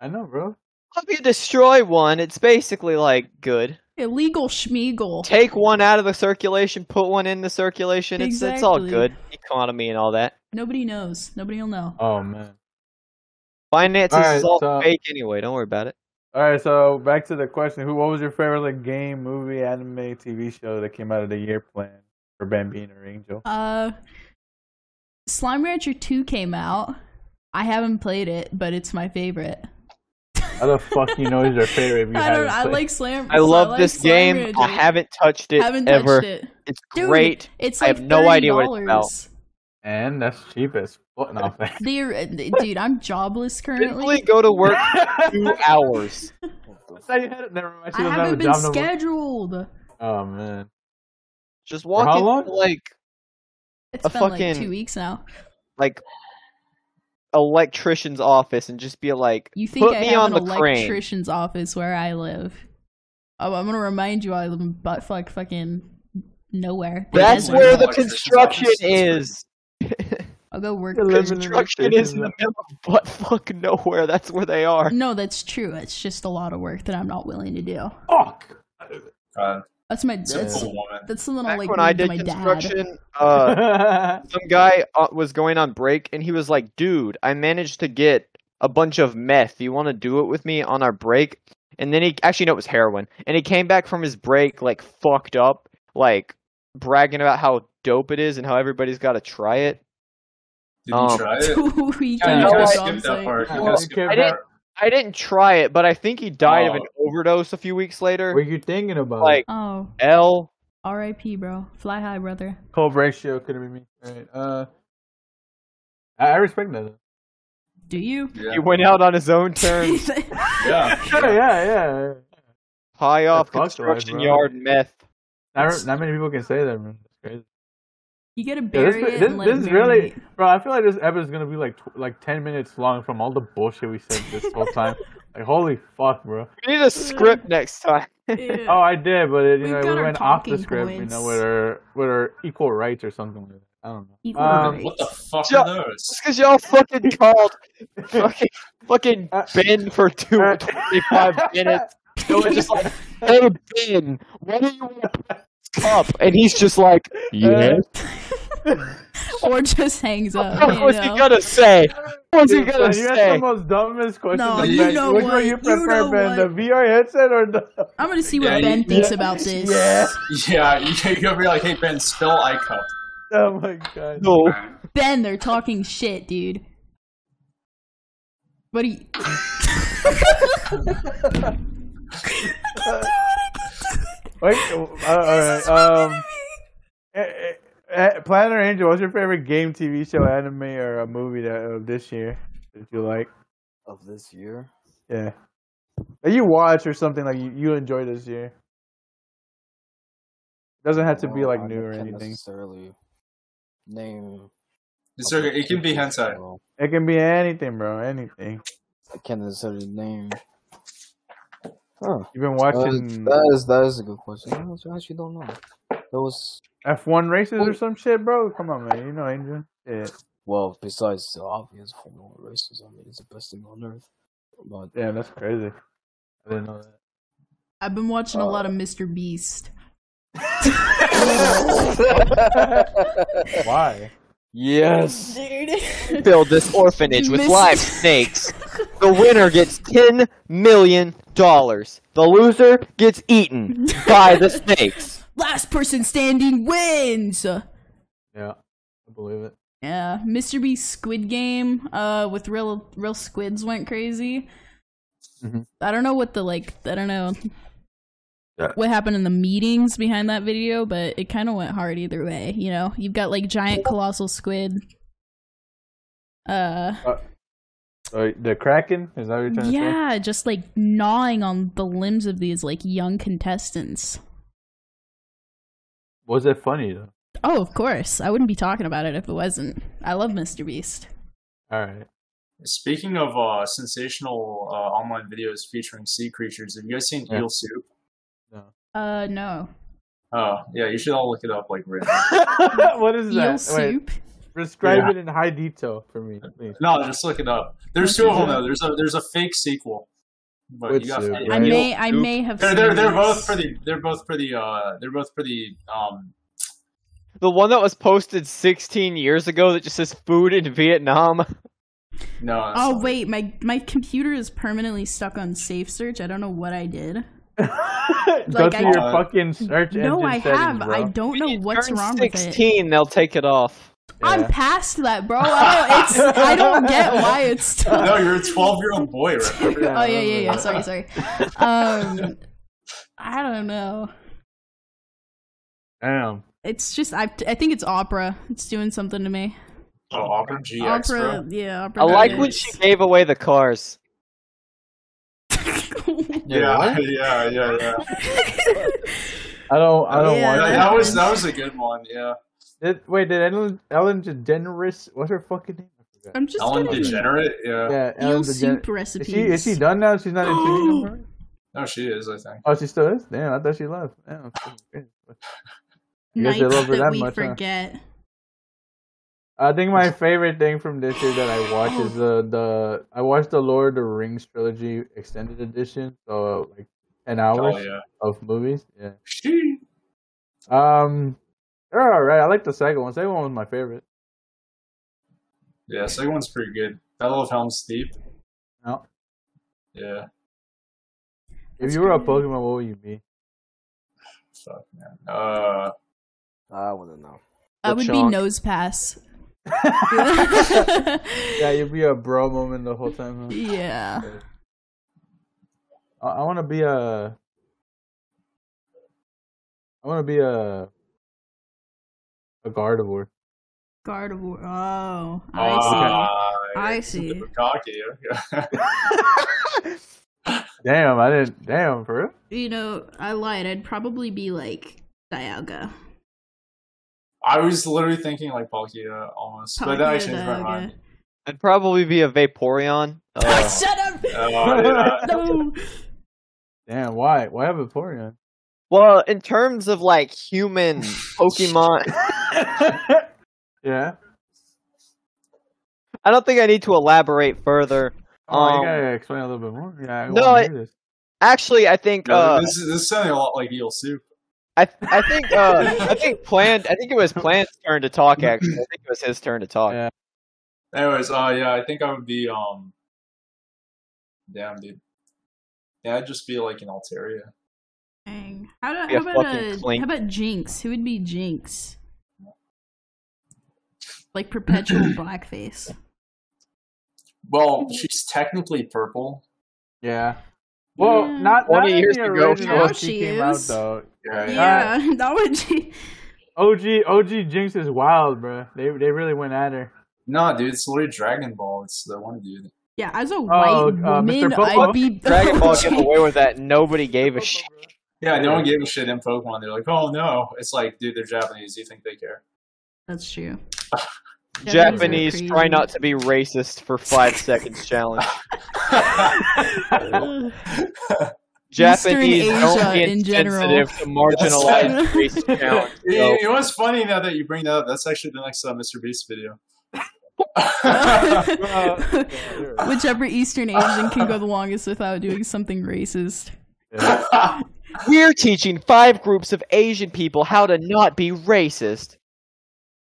A: I know, bro.
E: If you destroy one, it's basically like good.
B: Illegal schmeagle.
E: Take one out of the circulation, put one in the circulation. It's it's all
B: Exactly.
E: good economy and all that.
B: Nobody knows. Nobody will know.
A: Oh man.
E: Finances
A: Alright,
E: is all
A: so-
E: fake anyway. Don't worry about it.
A: All right, so back to the question: Who? What was your favorite like, game, movie, anime, TV show that came out of the year plan for Bambino or Angel?
B: Uh, Slime Rancher Two came out. I haven't played it, but it's my favorite.
A: How the fuck you know it's your favorite? If you
B: (laughs) I don't.
A: haven't
B: I
A: played?
B: like Slam.
E: I love
B: like
E: this
B: Slime
E: game.
B: Rancher.
E: I haven't touched it
B: Haven't touched
E: ever.
B: it.
E: It's
B: Dude,
E: great.
B: It's
E: I
B: like
E: have no idea what it's about.
B: $30.
A: and that's cheap as fuck. (laughs) No, thanks.
B: The- uh, dude, I'm jobless currently.
E: Literally go
A: (laughs)
B: (laughs)
E: to work
A: I
E: two hours.
A: thought you had it. Never mind. She doesn't
B: I haven't
A: have a
B: been
A: job no more.
B: scheduled.
A: Oh man.
E: Just
A: how
E: walk
A: long?
E: into like
B: It's
E: A
B: been like
E: fucking-
B: two weeks now.
E: like electrician's office and just be like,
B: You think
E: put
B: I
E: me
B: have
E: on
B: an
E: the crane.
B: electrician's office where I live? Oh, I'm gonna remind you, I live in buttfuck fucking nowhere. The
E: That's
B: desert.
E: where the
C: Electrician's
E: construction
C: office.
B: (laughs)
E: is.
B: I'll go work.
A: You're living in
E: construction is in
A: electrician's
E: the middle of butt fuck nowhere. That's where they are.
B: No, that's true. It's just a lot of work that I'm not willing to do.
A: Fuck.
C: God,
B: That's my. That's,
C: simple woman.
B: that's something I
E: Back
B: like
E: when I
B: leave to
E: did
B: my (laughs) dad.
E: construction, uh,
D: (laughs)
A: (laughs)
E: some guy uh, was going on break and he was like, "Dude, I managed to get a bunch of meth. You want to do it with me on our break?" And then he actually no, it was heroin. And he came back from his break like fucked up, like bragging about how dope it is and how everybody's got to try it.
C: Did you
B: (laughs)
E: Um,
C: try it?
B: Two weeks
C: Yeah, you
E: know
B: ago,
C: guys
E: I what?
B: so I'm
C: skipped that
B: saying-
C: part. You
A: Oh,
C: guys
A: I
C: skipped
A: Oh. can't-
C: that
E: I
C: part.
E: I didn't try it, but I think he died of an overdose a few weeks later.
A: Were you thinking about?
E: Like
B: Oh,
E: L.
B: R.I.P. Bro, fly high, brother.
A: Cold ratio could have been me. All right. Uh, I, I respect that.
B: Do you?
E: He
C: Yeah.
E: went out on his
B: (laughs)
E: own terms,
A: (laughs)
C: yeah.
A: (laughs) Yeah, yeah, yeah.
E: high off
A: fuck life,
E: construction
A: bro.
E: yard meth.
A: Not, not many people can say that, man. That's crazy.
B: you gotta
A: Yeah,
B: bury
A: this
B: it.
A: this,
B: and let
A: this
B: it
A: is really,
E: (laughs)
B: marinate.
A: bro. I feel like this episode is gonna be like tw- like ten minutes long from all the bullshit we said this
B: (laughs)
A: whole time. like, holy fuck, bro.
E: We need a script next time.
B: Yeah.
A: Oh, I did, but it, you
B: We've
A: know,
B: got
A: we
B: our
A: went off the
B: talking
A: script. You
B: points.
A: know, with our with our equal rights or something like that. I don't know.
B: Equal
A: Um,
B: rights. (laughs)
C: What the fuck
E: Yeah.
C: are those?
E: Just because y'all fucking called fucking fucking
A: Uh,
E: Ben for two,
A: uh, (laughs)
E: 25 minutes. It was just like, hey Ben, what do you want to put in this cup? And he's just like, "Uh, yes.
B: or just hangs up.
E: what
B: you
E: was
B: know?
E: he gonna say? What was he
A: Dude,
E: gonna
A: son, you asked the
E: say?
A: most dumbest question.
B: No,
A: to
C: you
A: Ben.
B: know
A: Which
B: what,
A: one you
B: you
A: prefer,
B: know
A: Ben?
B: what.
A: The VR headset or the? (laughs)
B: I'm gonna see what
C: Yeah,
B: Ben
C: you-
B: thinks
A: yeah.
B: about this.
A: Yeah.
C: (laughs) Yeah, you- you're gonna be like, hey Ben, spell I cup.
A: Oh my god.
E: No.
B: Ben, they're talking shit, dude. What do you?
A: Wait, uh, all right. Um, eh, eh, eh, Planet or Angel, what's your favorite game, TV show, anime, or a movie that of this year that you like?
D: Of this year,
A: Yeah, that you watch or something like you, you enjoy this year. Doesn't have to be
D: Well,
A: like
D: I
A: new or
D: can't
A: anything.
D: Necessarily name.
C: It's okay. It can be hentai.
D: Well,
A: It can be anything, bro. Anything.
D: I can't necessarily name. Huh.
A: You've been
D: That is-
A: watching
D: that is that is a good question. I actually- I actually don't know. There was
A: F1 races
D: Oh.
A: or some shit, bro. Come on, man. You know Angel. Yeah,
D: well, besides the obvious Formula One races, I mean it's the best thing on earth. But
A: yeah, that's crazy. I didn't know that.
B: I've been watching a lot of Mr. Beast.
A: Why?
D: yes,
B: Dude.
E: Fill this orphanage with
B: Miss- (laughs)
E: live snakes. The winner gets ten million dollars. The loser gets eaten by the snakes.
B: last person standing wins.
A: Yeah, I believe it.
B: Yeah, Mr. Beast Squid Game uh with real real squids went crazy.
A: Mm-hmm.
D: Mhm.
B: I don't know what the like I don't know
A: Yeah.
B: what happened in the meetings behind that video, but it kind of went hard either way, you know. You've got like giant colossal squid uh
A: So Oh, the Kraken is that what you're trying to say?
B: yeah, just like gnawing on the limbs of these like young contestants.
A: Was it funny though?
B: Oh, of course. I wouldn't be talking about it if it wasn't. I love Mr. Beast.
A: All right.
C: Speaking of uh, sensational uh, online videos featuring sea creatures, have you guys seen
A: Yeah.
C: Eel Soup?
B: Uh no.
C: Oh, yeah, you should all look it up like right
A: (laughs)
C: now.
A: what is
B: Eel
A: that? Wait,
B: soup.
A: describe
C: Yeah.
A: it in high detail for me,
C: (laughs)
A: please.
C: No, just look it up. There's two of them though. There's a there's a fake sequel. But
A: Which
C: you got
A: soup,
C: I
B: I
A: right?
B: may I may have
C: They're they're,
B: seen
C: they're both
B: this.
C: pretty. They're both pretty. Uh, they're both pretty. Um,
E: The one that was posted 16 years ago that just says food in Vietnam.
C: no. it's
B: Oh
C: not.
B: wait, my my computer is permanently stuck on safe search. I don't know what I did.
A: Go
B: Like,
A: to
B: I-
A: your fucking search
B: no,
A: engine
B: I
A: settings,
B: have.
A: bro.
B: I don't know
E: You
B: what's
E: turn
B: wrong with it.
E: 16, they'll take it off.
B: I'm
A: Yeah.
B: past that, bro. I don't, it's, I don't get why
C: (laughs)
B: it's stuck. (laughs)
C: (laughs) No, you're a 12 year old boy. Right?
B: oh yeah, yeah,
A: remember
B: yeah.
A: that.
B: Sorry, sorry. Um, I don't know.
A: Damn.
B: It's just I. I think it's opera. It's doing something to me.
C: Oh, (laughs) Opera GX,
B: opera,
C: bro.
B: yeah. Opera.
E: I like when
B: what (laughs)
E: she gave away the cars.
C: Yeah, yeah, yeah, yeah.
A: I don't. I don't
B: Yeah,
A: want.
B: that
C: That, that
A: that.
C: was that was a good one. Yeah,
A: Did, wait, did Ellen, Ellen DeGeneres? What's her fucking name? I forgot.
B: I'm just
C: Ellen
B: getting
C: Degenerate. Yeah.
A: Yeah,
B: eel
A: Ellen DeGeneres.
B: soup recipes.
A: Is she is she done now? She's not
B: (gasps)
A: in TV no more?
C: No, she is. I think.
A: Oh, she still is. Damn, I thought she left. Damn. fucking crazy. I guess
B: Nights
A: they love her
B: that,
A: that
B: we
A: much, huh?
B: forget.
A: I think my favorite thing from this year that I watched is the the I watched the Lord of the Rings trilogy extended edition, so like ten hours
C: Oh yeah.
A: of movies. Yeah.
C: She.
A: Um, they're all right. I like the second one. Second one was my favorite.
C: Yeah, second one's pretty good. Battle of Helm's Deep.
A: No.
C: Yeah.
A: If
B: That's
A: you were a
B: good.
A: Pokemon, what would you be?
C: Fuck man. Uh,
D: I wouldn't know.
B: I
E: Or
B: would be
E: chonk.
A: (laughs)
B: nose pass.
A: Yeah, you'd be a bro moment the whole time. Huh?
B: yeah.
A: I, I want to be a. I want to be a. A Gardevoir.
B: Gardevoir. Oh, I
C: uh,
B: see. I see.
C: Bukaki.
A: Damn, I didn't. Damn, for real.
B: You know, I lied. I'd probably be like Dialga.
C: (laughs) I was literally thinking like Palkia almost, but then I changed
B: (laughs)
C: my mind.
E: I'd probably be a Vaporeon. Uh,
B: Ah, Shut up!
C: Uh, yeah.
B: (laughs) no.
A: Damn, why? Why have a Vaporeon?
E: well, in terms of like
B: (laughs)
E: human Pokemon,
A: (laughs) yeah.
E: I don't think I need to elaborate further.
A: Oh,
E: Um,
A: you gotta explain a little bit more. Yeah, I
E: no,
A: wanna
E: it-
A: hear this.
E: Actually, I think uh,
C: this, is- this sounded a lot like eel soup.
E: I I think uh, I think planned. I think it was planned's turn to talk. Actually, I think it was his turn to talk.
A: Yeah.
C: Anyways, uh, yeah, I think I would be um, damn dude, yeah, I'd just be like an Altaria.
B: Dang. How, do,
E: Be a
B: how about
E: fucking
B: uh
E: clink.
B: how about Jinx? Who would be Jinx? Like perpetual blackface.
C: Well,
B: (laughs)
C: she's technically purple.
A: Yeah. Well,
B: Yeah.
A: not
E: 20
A: not in
E: years
A: the
E: ago,
A: original
B: Now
A: when
B: Mm. she
A: she came out
B: is.
A: though.
C: Yeah,
B: Yeah, (laughs) that would be.
A: OG OG Jinx is wild, bro. They they really went at her.
C: No, dude, it's literally Dragon Ball. It's the one dude.
B: Yeah, as a white
A: uh,
B: woman,
A: Mr. Popo.
B: I'd be
E: Dragon
B: (laughs)
E: Ball gave
B: Jinx.
E: away with that. Nobody
B: (laughs)
E: gave
B: Oh,
E: a shit.
C: Yeah, no one gave a shit in Pokemon. They're like, oh no, it's like, dude, they're Japanese. You think they care?
B: That's
E: (laughs)
B: true. Japanese are
E: Japanese
B: crazy.
E: try not to be racist
B: (laughs)
E: for five seconds challenge.
B: Ugh.
E: Japanese
B: Asia
E: don't be
B: in general.
E: insensitive to marginalized race challenge.
C: You,
E: So,
C: you know what's funny now that you bring that up? That's actually the next uh, Mr. Beast video. (laughs)
B: (laughs) Whichever Eastern Asian can go the longest without doing something racist.
A: Yeah.
E: we're teaching five groups of Asian people how to not be racist.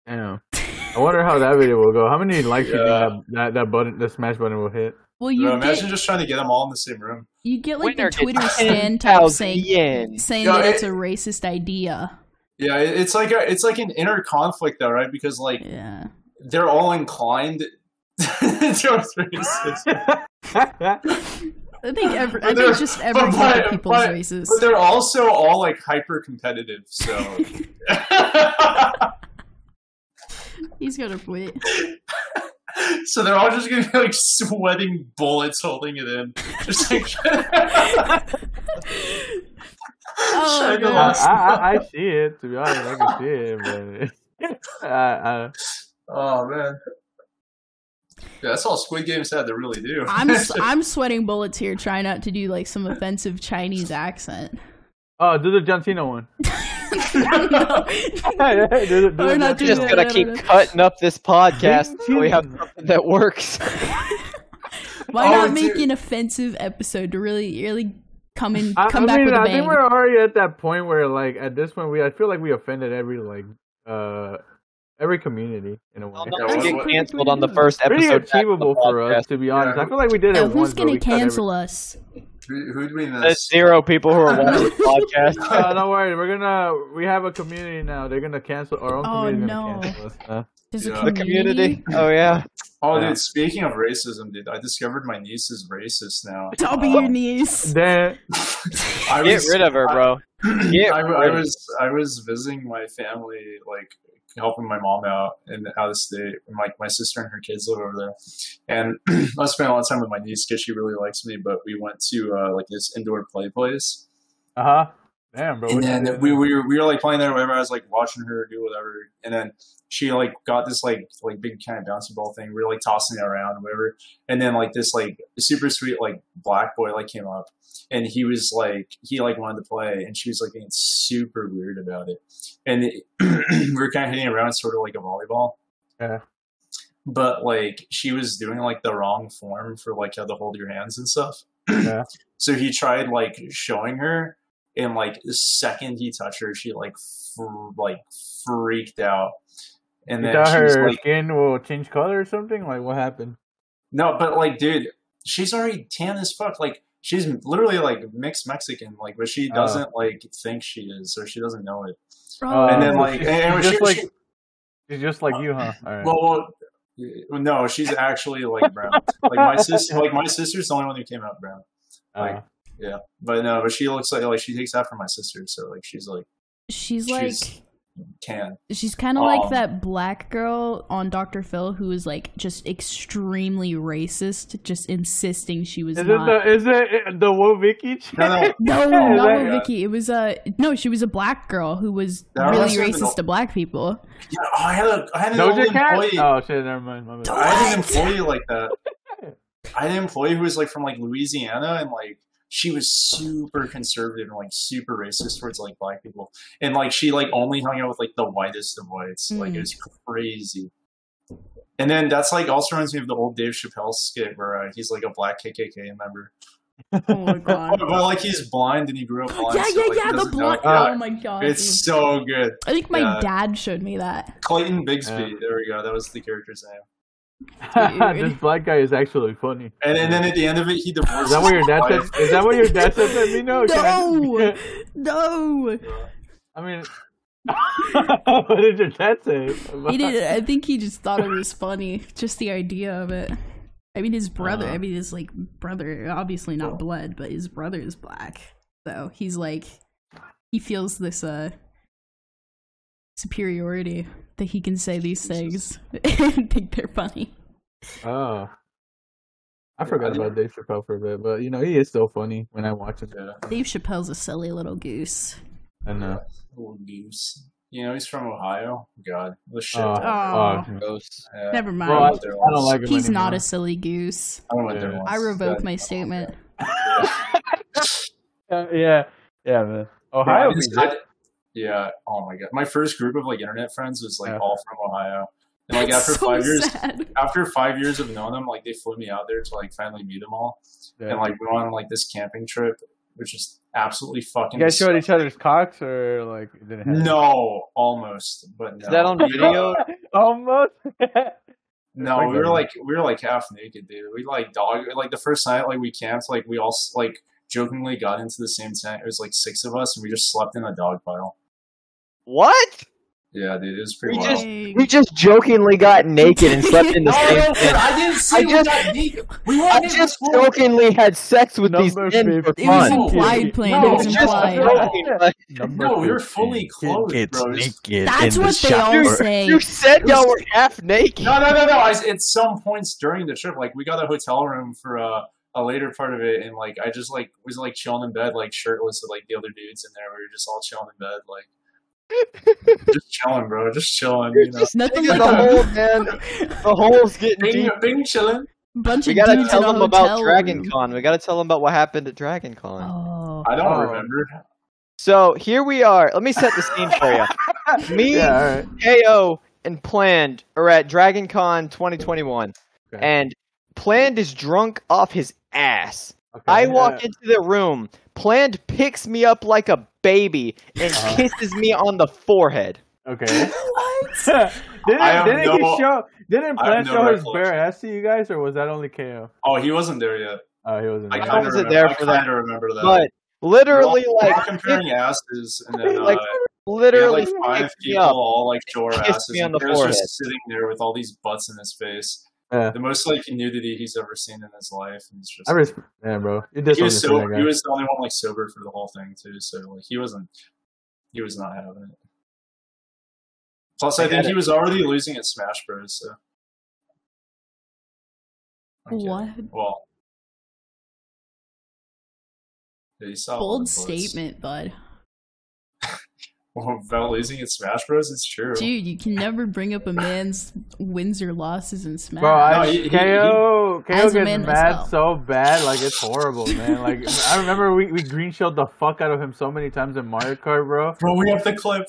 A: Damn. (laughs) I wonder how that video will go. How (laughs) many likes do you
C: Yeah.
A: think that, that that button, the smash button will (laughs) hit?
B: Well,
C: Bro,
B: you
C: imagine
B: get
C: just trying to get them all in the same room.
B: you get like
E: Winner
B: the
E: gets
B: Twitter stand type
E: 10,000
B: saying
E: yen.
B: saying
C: Yo,
B: that
C: it-
B: it's a racist idea.
C: Yeah, it- it's like a, it's like an inner conflict though, right? Because like
B: Yeah.
C: they're all inclined (laughs) towards racism,
B: I
C: (laughs)
B: think every, I
C: But they're-
B: think just every
C: but-
B: group
C: but-
B: of people is
C: but-
B: racist.
C: but they're also all like hyper competitive. So
B: (laughs) He's got a
C: (laughs)
B: point.
C: so they're all just gonna be like sweating bullets, holding it in, just like (laughs)
B: Oh,
C: Shaggy
B: no.
A: I,
C: lost.
A: I, I see it. To be honest, I can see it, (laughs) but I, I,
C: Oh man. Yeah, that's all Squid Games had to really do.
B: I'm
C: (laughs)
B: s- I'm sweating bullets here, trying not to do like some offensive Chinese
C: (laughs)
E: (laughs)
B: accent. (laughs)
A: oh, do the John Cena one. Do
B: No.
A: the- do the
B: We're not
A: John
B: doing
E: just
A: Cena
B: that.
A: one.
E: gonna
B: no,
E: keep
B: no, no.
E: cutting up this podcast until we have something
B: (laughs)
E: that works.
B: Why
C: Oh,
B: not make
C: dude.
B: an offensive episode to really really come in
A: I,
B: come
A: I
B: back
A: mean,
B: with a
A: I
B: bang?
A: think we're already at that point where, like, at this point, we I feel like we offended every like uh every community in a way.
E: I'll
C: Yeah,
E: not
C: what-
E: get
C: what-
E: canceled on the first
A: Pretty
E: episode. back of the
A: achievable for us,
E: podcast.
A: to be honest.
C: Yeah.
A: I feel like we did
B: Uh,
A: it once.
B: who's
A: but we
B: gonna
A: cut every- (laughs)
B: cancel us?
C: Who- Who'd we
E: There's
C: miss?
E: zero people who are watching the
B: (laughs)
E: podcast.
A: (laughs) Uh, don't worry, we're gonna we have a community now. They're gonna cancel our own
B: Oh,
A: community.
B: no.
A: Gonna cancel us. Uh,
B: There's
C: Yeah.
B: a
E: The community. Oh yeah.
C: Oh,
A: Yeah.
C: dude, speaking of racism, dude, I discovered my niece is racist
B: (laughs)
C: now. Uh,
B: Double
A: (laughs)
B: your knees.
A: then
C: I
E: Get
C: was, (clears throat)
E: rid of her, bro. Get
C: I, I
E: rid of
C: was I was visiting my family, like helping my mom out in out of state, and like my sister and her kids live over there. And (clears throat) I spent a lot of time with my niece because she really likes me. But we went to uh, like this indoor play place,
A: uh huh. Damn, bro.
C: and
A: what you
C: then
A: doing?
C: we, we were we were like playing there, whatever. I was like watching her do whatever, and then she like got this like like big kind of bouncing ball thing. We were like tossing it around, whatever. And then like this like super sweet like black boy like came up, and he was like he like wanted to play, and she was like being super weird about it. And it- (clears throat) we were kind of hitting around sort of like a volleyball.
A: Yeah.
C: But like she was doing like the wrong form for like how to hold your hands and stuff. (clears throat)
A: Yeah.
C: So he tried like showing her, and like the second he touched her, she like fr- like freaked out, and
A: You
C: then
A: thought
C: she was
A: her
C: like,
A: skin will change color or something? Like, what happened?
C: "No, but like, dude, she's already tan as fuck. Like, she's literally like mixed Mexican. Like, but she
A: Oh.
C: doesn't like think she is, or she doesn't know it.
B: Oh,
C: and
A: Um,
C: then
A: (laughs)
C: like,
A: she's-
C: and,
A: she's
C: and she,
A: just like
C: she-
A: she's just like you, huh? All right.
C: well, well, uh, no, she's actually like brown. like my
A: (laughs)
C: sister, like my sister's the only one who came out brown. like,
A: Uh,
C: Yeah, but no, but she looks like like she takes that from my sister, so like she's like
B: she's like
C: she's tan.
B: she's kind of
C: Um,
B: like that black girl on Dr. Phil who was like just extremely racist, just insisting she was
A: is it
B: not.
A: the is it the Wo Vicky? chick?
C: (laughs)
A: (laughs)
B: No,
C: No, no,
A: Yeah,
B: not
A: that-
B: a Vicky. It was a no. She was a black girl who was
C: That
B: really
C: was-
B: racist to black people.
C: Yeah, oh, I had a, I had an old
A: Doja Cat?
C: employee.
A: Oh shit, never mind. My
B: (laughs)
A: bad.
C: I had an
B: What?
C: employee like that.
B: (laughs)
C: I had an employee who was like from like Louisiana, and like she was super conservative and like super racist towards like black people, and like she like only hung out with like the whitest of whites. Like it
B: Mm.
C: was crazy. And then that's like also reminds me of the old Dave Chappelle skit where uh, he's like a black KKK member,
B: Oh (laughs) my
C: but,
B: god.
C: but like he's blind and
B: (gasps)
C: he grew up blind.
B: yeah,
C: so,
B: yeah,
C: like, he
B: yeah. The
C: doesn't know-
B: blood.
C: Yeah,
B: oh my god. dude.
C: it's so good.
B: I think my
C: yeah.
B: dad showed me that.
C: Clayton Bigsby.
A: Yeah.
C: There we go. That was the character's name.
B: Dude.
A: (laughs) this black guy is actually funny.
C: And, and then at the end of it, he divorces.
A: Is that what your dad
C: his
A: said? Is that what your dad said to me?
B: (laughs)
A: No.
B: No,
A: (laughs) can
B: no.
C: wife.
A: I, I mean, (laughs) what did your dad say?
B: He did. I think he just thought it was funny, just the idea of it. I mean, his brother.
A: Uh-huh.
B: I mean, his like brother. Obviously not blood, but his brother is black, so he's like he feels this uh superiority that he can say these things (laughs) and think they're funny.
A: (laughs) Oh. I
C: Yeah,
A: forgot
C: I
A: about Dave Chappelle for a bit, but you know he is still funny when I watch him.
C: Yeah.
B: Dave Chappelle's a silly little goose.
A: I know.
C: Little goose. You know, he's from Ohio. God. The shit.
A: Oh,
C: down there.
B: Aw.
A: fuck.
E: Ghosts.
C: Yeah.
B: Never
A: Well, I, I
B: mind.
A: don't like him
B: He's not
A: anymore.
B: a silly goose.
C: I don't want their
A: Yeah.
C: ones.
B: I revoke
C: Yeah.
B: my statement.
C: (laughs)
B: (laughs)
A: Uh, yeah, yeah, man.
C: Yeah, I
A: Ohio.
C: just- I- yeah. Oh my god. My first group of like internet friends was like
A: Yeah.
C: all from Ohio. And like
B: That's
C: after
B: so
C: five years,
B: sad.
C: after five years of knowing them, like they flew me out there to like finally meet them all, and like we went on like this camping trip, which is absolutely fucking.
A: you guys showed each other's cocks or like it didn't happen?
C: No, almost, but no.
E: Is that on (laughs) video?
A: Almost. (laughs)
C: No,
A: Like
C: we were
A: that.
C: like we were like half naked, dude. We like dog like the first night like we camped like we all s- like jokingly got into the same tent. It was like six of us, and we just slept in a dog pile.
E: What?
C: Yeah, dude, it was pretty
E: We
C: wild.
E: just- We just jokingly got naked and slept
B: (laughs)
E: in the
C: Oh, no, no,
E: same
C: dude,
E: bed.
C: I didn't see.
E: I
C: we
E: just-
C: got naked. we
E: I
C: weren't
E: just
C: even cool.
E: jokingly had sex with these
A: Number
E: men for
B: it was
E: fun. (laughs)
C: No.
B: implied, plan.
C: No,
B: it was
C: it's
E: Just
B: implied.
E: joking, but
C: No, we were fully clothed, bro. It's-
B: That's what they all
E: Dude,
B: say.
E: you said y'all were half naked.
C: No, no, no, no. I, at some points during the trip, like we got a hotel room for uh, a later part of it, and like I just like was like chilling in bed, like shirtless with like the other dudes in there. We were just all chilling in bed, like
E: (laughs)
C: just chilling, bro, just chilling. You know,
B: Nothing
E: The
B: like
C: Yeah.
B: a
E: whole man, the hole's getting
C: bing,
E: deep.
C: bing, chilling.
B: bunch
E: We
B: of
E: gotta
B: dudes
E: tell
B: in a
E: them about
B: hotel
E: Dragon
B: room.
E: Con. We gotta tell them about what happened at Dragon Con.
B: Oh.
C: I don't
A: Oh.
C: remember.
E: So here we are. Let me set the scene for
A: (laughs)
E: you. Me,
A: Yeah, all right.
E: KO, and Planned are at Dragon Con 2021,
A: Okay.
E: and Planned is drunk off his ass. I walk into the room. Planned picks me up like a baby
C: (laughs)
E: and
A: Uh-huh.
E: kisses me on the forehead.
A: Okay. (laughs)
B: What?
A: didn't
C: I have
A: didn't
C: no-
A: he show? Didn't
C: I have
A: Plan
C: no
A: show his
C: recollection.
A: bare ass to you guys, or was that only KO?
C: Oh, he wasn't there yet.
A: Oh, he wasn't.
C: I
A: there.
C: kind of
E: wasn't
C: remember.
E: there
C: I
E: for that.
C: kind of remember that.
E: But literally,
C: We're all-
E: like,
C: we're comparing asses, and then
E: (laughs) Like,
C: uh, we had,
E: literally
C: like five
E: picks me
C: people
E: up.
C: all like show our
E: kissed
C: asses,
E: me on
C: and
E: the
C: Harris
E: forehead.
C: was sitting there with all these butts in his face.
A: Yeah.
C: The most like nudity he's ever seen in his life, and it's just
A: I respect, yeah, bro. You
C: he was
A: disrespect
C: so
A: that guy.
C: he was the only one like sober for the whole thing too. So like he wasn't he was not having it. Plus, I,
E: I
C: think
E: get
C: he was already losing at Smash Bros. So I'm kidding.
B: (laughs) What?
C: Well, yeah, you saw all the
B: Bold
C: bullets.
B: statement, bud.
C: about losing at Smash Bros. It's true.
B: Dude, you can never bring up a man's wins or losses in Smash.
A: Bro, I,
C: No, he- he-
A: KO, KO
B: As
A: gets
B: a man
A: mad
B: myself.
A: so bad, like it's horrible, man. Like I remember we, we green shelled the fuck out of him so many times in Mario Kart, bro.
C: Bro, we have the clip.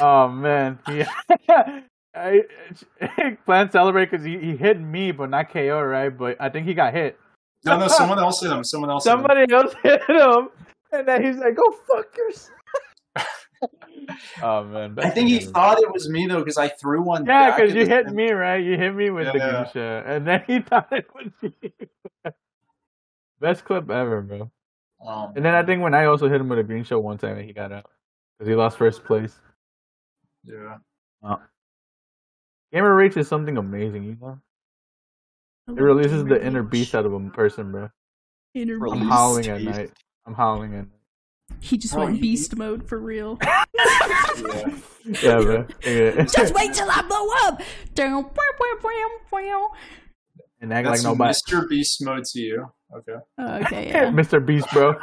A: Oh man, he, (laughs) I, (laughs) plan celebrate because he, he hit me, but not KO, right? But I think he got hit.
C: No, no, someone else hit him. Someone else. hit him.
A: Somebody else (laughs) hit him, and then he's like, "Go fuck yourself." oh man,
C: I
A: best
C: think
A: thing
C: he
A: ever.
C: thought it was me though, because I threw one.
A: Yeah,
C: back
A: because
C: at
A: you
C: the-
A: hit me, right? You hit me with the
C: Yeah.
A: Gusha, and then he (laughs) thought it was you. Best clip ever, bro.
C: Um,
A: And then I think when I also hit him with a green shell one time, and he got out because he lost first place.
C: Yeah.
A: Gamer Reach is something amazing, you know. It releases the inner beast out of a person, bro.
B: Inner
E: I'm
A: I'm
B: beast.
A: howling at
E: Beast.
A: night. I'm howling at
B: He just
C: Bro,
B: went
C: you-
B: beast mode
A: (laughs)
B: for real. (laughs)
C: yeah.
A: night. Yeah, bro. Yeah. (laughs)
B: just wait till I blow up. Down, wow, wow, wow, wow.
A: and act
C: That's
A: like nobody.
C: Mr. Beast mode to you. Okay.
B: Oh,
A: (laughs)
B: Okay, yeah.
A: Mr. Beast, bro.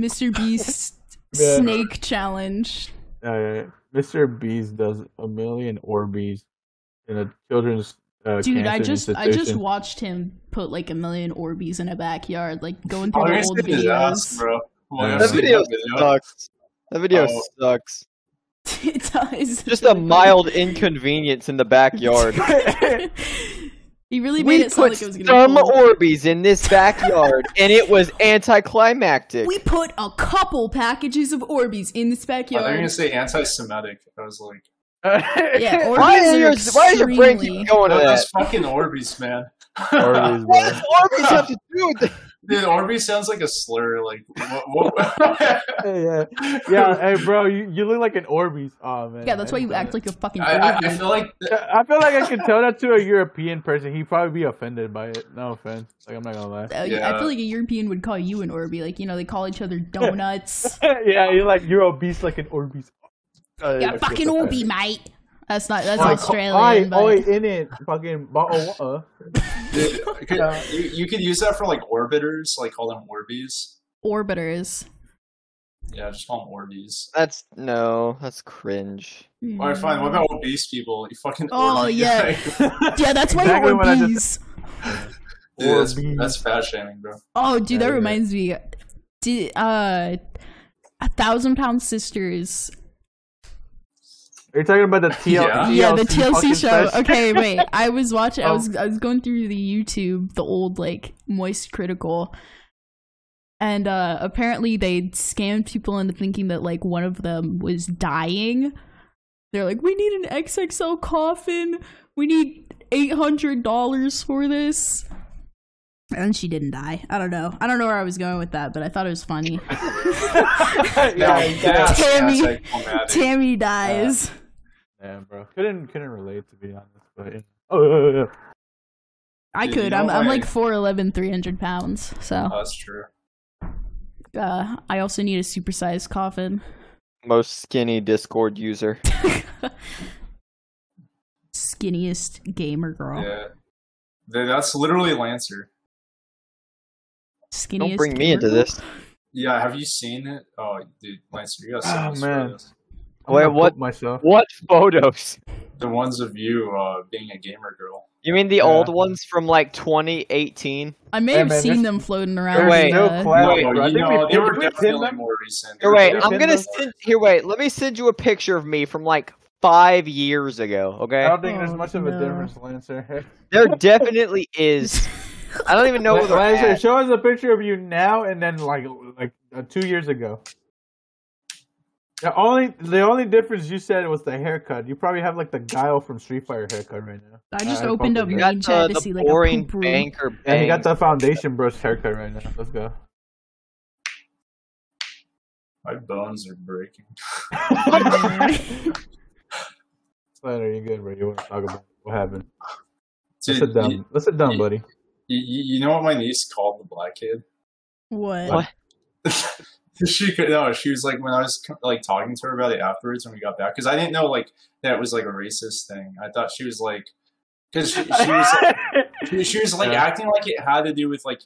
B: Mr. Beast
A: Yeah.
B: snake challenge.
A: Uh, Mr. Beast does a million Orbeez in a children's uh,
B: Dude, I
A: cancer
B: just I
A: institution.
B: just watched him put like a million Orbeez in a backyard, like going
C: Oh,
B: through
C: you're
B: the old
C: sitting his ass,
B: videos. (laughs)
C: bro. Well,
A: Yeah.
C: you're
E: That
C: sitting
E: video
C: that video.
E: sucks. That video
C: Oh.
E: sucks.
B: it does.
E: Just a mild inconvenience in the backyard.
B: he (laughs) really made
E: we
B: it sound
E: put
B: like it was gonna
E: some
B: be cool.
E: Orbeez in this backyard, and it was anticlimactic.
B: We put a couple packages of Orbeez in this
C: Oh, they're
B: backyard.
C: gonna say anti-Semitic. I was like,
A: (laughs)
B: Yeah, Orbeez
E: why, is
B: are
E: your, why is your brain
B: extremely-
E: keep going to
C: "Look,
E: that?
C: those fucking Orbeez, man."
A: Orbeez, bro.
E: What does Orbeez have to do with it?
C: (laughs) Dude, Orbeez sounds like a slur. Like, what? what? (laughs)
A: yeah, yeah. Hey, bro, you, you look like an Orbeez. Oh man.
B: Yeah, that's why you
A: I-
B: act like a fucking
C: I, I, I
B: Orbeez.
C: feel like th-
A: I feel like I could tell that to a European person. He'd probably be offended by it. No offense. Like I'm not gonna lie.
B: Uh, I
C: Yeah.
B: feel like a European would call you an Orby. Like, you know, they call each other
E: (laughs)
B: donuts.
A: (laughs) yeah, you're like you're obese like an Orbeez. Uh,
B: Got a fucking Orby, mate. That's not, that's
C: Oi,
B: Australian,
A: Oi, oi,
B: but.
A: in it, fucking. bo- oh, uh.
C: dude, you could-
A: Yeah.
C: you, you could use that for like orbiters. Like, call them Orbeez.
B: Orbiters.
C: Yeah, just call them Orbeez.
E: That's no, that's cringe.
C: All right, fine. What about obese people? You fucking.
B: Oh,
C: Orbeez.
B: yeah.
A: uh?
C: (laughs)
B: Yeah, that's why
A: Exactly
B: you're
A: what I
B: Orbeez.
A: just-
C: Dude, that's,
A: Orbeez.
C: that's fat shaming,
B: (laughs)
C: bro.
B: Oh, dude,
A: Yeah,
B: that
A: yeah.
B: reminds me. Did, uh, a thousand pound sisters.
A: You're talking about the TL-
C: Yeah.
A: TLC.
B: yeah, the TLC
A: fucking
B: show.
A: special?
B: Okay,
C: (laughs)
B: wait. I was watching. I
A: Oh.
B: was I was going through the YouTube, the old like Moist Critical, and uh apparently they scammed people into thinking that like one of them was dying. They're like, we need an XXL coffin. We need eight hundred dollars for this. And she didn't die. I don't know. I don't know where I was going with that, but I thought it was
C: (laughs)
B: funny.
C: Yeah,
A: yeah,
C: yeah,
B: Tammy.
C: yeah, it's like problematic.
B: Tammy
C: Uh,
B: dies.
A: Damn, bro. Couldn't couldn't relate to be honest, but yeah. Oh yeah, yeah, yeah.
B: I
C: Dude,
B: could.
C: you know
B: I'm, I'm
C: what?
B: like 4'11, 300 pounds. So
C: Oh, that's true.
B: uh, I also need a supersized coffin.
E: Most skinny Discord user.
B: Skinniest gamer girl.
C: Yeah, Th- that's literally Lancer.
B: Skinniest.
E: Don't bring me
B: gamer
E: into
B: girl?
E: this.
C: Yeah, have you seen it? Oh, dude, Lancer, you gotta see
A: Oh,
C: this
A: man.
C: photos.
A: I'm
E: Wait,
A: gonna
E: what-
A: poop Myself.
E: What photos?
C: The ones of you uh, being a gamer girl.
E: You mean the
A: Yeah.
E: old ones from like 2018?
B: I may
A: Hey,
B: have
A: man,
B: seen
A: there's-
B: them floating around.
A: There's
E: Wait.
A: no
B: uh,
A: cloud,
E: Wait,
C: no,
A: bro. I
C: you
A: think
C: know,
A: we,
C: they
A: did
C: were
A: we pin
C: definitely
A: them?
C: more recent.
E: Here, wait,
A: Yeah.
E: I'm gonna
A: Nintendo.
E: send. Here, wait. Let me send you a picture of me from like five years ago.
A: I
E: Okay,
A: don't think there's
B: Oh,
A: much of a
B: no.
A: difference, Lancer. (laughs)
E: there definitely is. I don't even know where they're
A: Lancer,
E: at.
A: show us a picture of you now and then like like uh, two years ago. The only the only difference you said was the haircut. You probably have like the guile from Street Fighter haircut right now.
B: I just
A: fuck
B: opened
A: with
B: up
A: it.
E: You
B: Main
E: got
B: chat to
E: the,
B: see,
E: the
B: like, a
E: boring
B: poop room.
E: banker bang.
A: And you got the foundation brush haircut right now. Let's go.
C: My bones are breaking.
A: Slater, you good, bro? You want to talk about what happened? Let's
C: Dude,
A: sit down.
C: You,
A: Let's sit down,
C: you-
A: buddy.
C: you, you know what my niece called the black kid?
B: what?
E: What?
C: (laughs) she could no. She was like when I was like talking to her about it afterwards when we got back because I didn't know like that was like a racist thing. I thought she was like because she, she was like, She, she was like
A: Yeah.
C: acting like it had to do with like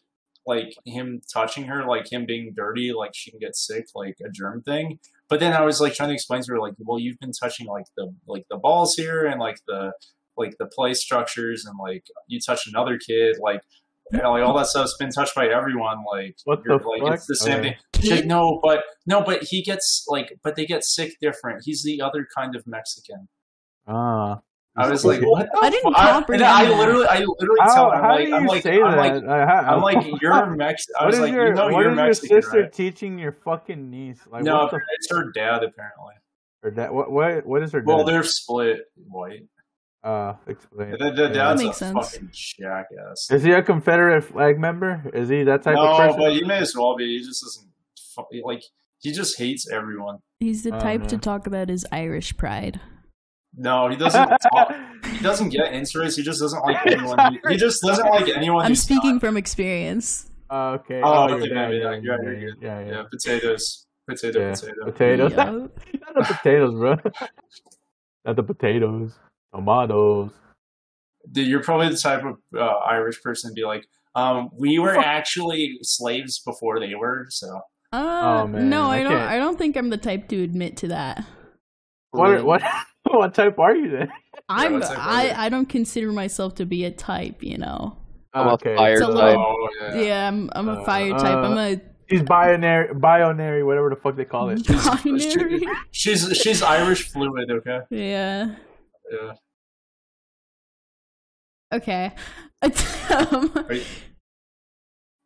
C: like him touching her, like him being dirty, like she can get sick, like a germ thing. But then I was like trying to explain to her like, well, you've been touching like the like the balls here and like the like the play structures and like you touch another kid, like and, like all that stuff's been touched by everyone. Like
A: What
C: you're
A: the
C: like
A: fuck?
C: it's the same
A: Okay.
C: thing. She's like,
B: Kid?
C: no, but no, but he gets like, but they get sick different. He's the other kind of Mexican.
A: (laughs) Ah.
C: I was like, what? The
B: I didn't
C: fuck?
B: comprehend
C: I,
B: that.
C: I literally, I literally
A: How,
C: tell her, I'm
A: how
C: like,
A: do you
C: I'm like,
A: say
C: I'm like,
A: that? I- how-
C: I'm like,
A: (laughs)
C: you're Mexican. I
A: What
C: was
A: is
C: like,
A: your
C: you know,
A: what
C: you're
A: is your
C: Mexican,
A: sister
C: right?
A: teaching your fucking niece? Like
C: No,
A: what the
C: it's her dad apparently.
A: her dad, what, what what is her
C: Well,
A: dad?
C: they're split white.
A: uh explain.
C: The, the dad's
B: makes
C: a
B: sense.
C: fucking jackass.
A: Is he a Confederate flag member? Is he that type of
C: No,
A: person?
C: but he may as well be. He just doesn't fu- like. He just hates everyone.
B: He's the
A: Oh,
B: type to
A: man.
B: talk about his Irish pride.
C: No,
A: (laughs)
C: he doesn't. talk. He doesn't get into it. He just doesn't like anyone. He just doesn't like anyone.
B: I'm
C: who's not-
B: speaking from experience.
A: Oh, okay.
C: Oh,
A: you're
C: okay,
A: good,
C: yeah,
A: you're
C: yeah,
A: good,
C: you're
A: you're
C: good.
A: good. Yeah,
C: Yeah,
A: yeah.
C: potatoes, potato,
A: Yeah.
C: potato.
A: Potatoes.
B: Yup.
A: (laughs) Not the potatoes, bro. (laughs) Not the potatoes. Tomatoes.
C: Dude, you're probably the type of uh, Irish person to be like, um, we were actually slaves before they were, so.
B: Uh,
A: Oh, man,
B: no,
A: I
B: I don't.
A: can't-
B: I don't think I'm the type to admit to that.
A: What what (laughs) what type are you then?
B: I'm.
C: that's like
B: I.
C: other-
B: I don't consider myself to be a type. You know.
D: I'm a fire
B: It's a
D: type.
B: little-
C: Oh, yeah.
B: Yeah. I'm. I'm a
A: Uh,
B: fire type. I'm
A: uh,
B: a
A: He's binary, binary, whatever the fuck they call it.
B: binary. (laughs)
C: She's she's Irish fluid, okay?
B: yeah.
C: Yeah.
B: Okay. (laughs) um,
C: Are you-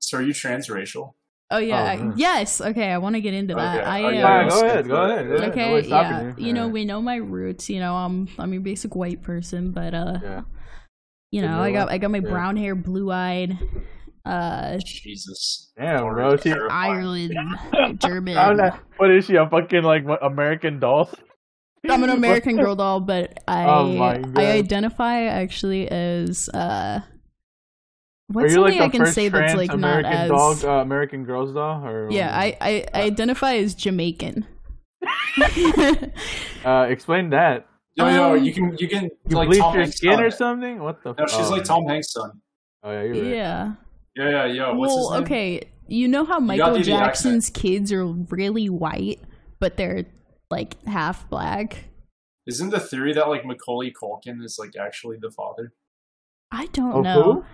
C: So are you transracial?
B: oh yeah.
A: Oh,
B: I-
A: yeah.
B: yes. Okay. I want to get into that.
C: Okay.
B: I.
C: Oh,
B: uh,
C: yeah,
A: Alright,
C: no,
A: go
C: skip
A: ahead, go
C: that.
A: ahead. go ahead.
B: Okay,
A: Nobody's stopping
B: yeah.
A: you.
B: You know,
A: Alright.
B: we know my roots. You know, I'm I'm your basic white person, but uh,
A: Yeah.
B: you
A: Good
B: know, I got
A: lord.
B: I got my
A: Yeah.
B: brown hair, blue eyed, uh,
C: Jesus.
A: Damn,
C: Or
A: bro, she-
C: terrifying.
B: Ireland,
A: I'm (laughs)
B: German.
A: not- what is she? A fucking like what, American doll?
B: I'm
A: (laughs)
B: an American girl doll, but I
A: Oh my God.
B: I identify actually as uh.
A: Are
B: What's
A: you like
B: something
A: the
B: I can
A: first
B: say that's
A: trans
B: like
A: American
B: not as
A: dog, uh, American girls doll? Or
B: yeah? I, I
A: (laughs)
B: I identify as Jamaican. (laughs)
A: uh, explain that.
C: No, no,
B: Um,
C: you can you can
A: You
C: like
A: bleach
C: Tom
A: your
C: Hanks'
A: skin or
C: son.
A: something? What the?
C: No,
A: fuck?
C: she's like Tom Hanks' son.
A: Oh yeah, you're right.
B: yeah.
C: Yeah, yeah, yeah.
A: Uh,
C: What's his
B: well,
C: name?
B: okay, you know how
C: You gotta
B: Michael
C: do the accent.
B: Jackson's kids are really white, but they're like half black.
C: Isn't the theory that like Macaulay Culkin is like actually the father?
B: I don't
A: Of
B: know.
A: Oh, who?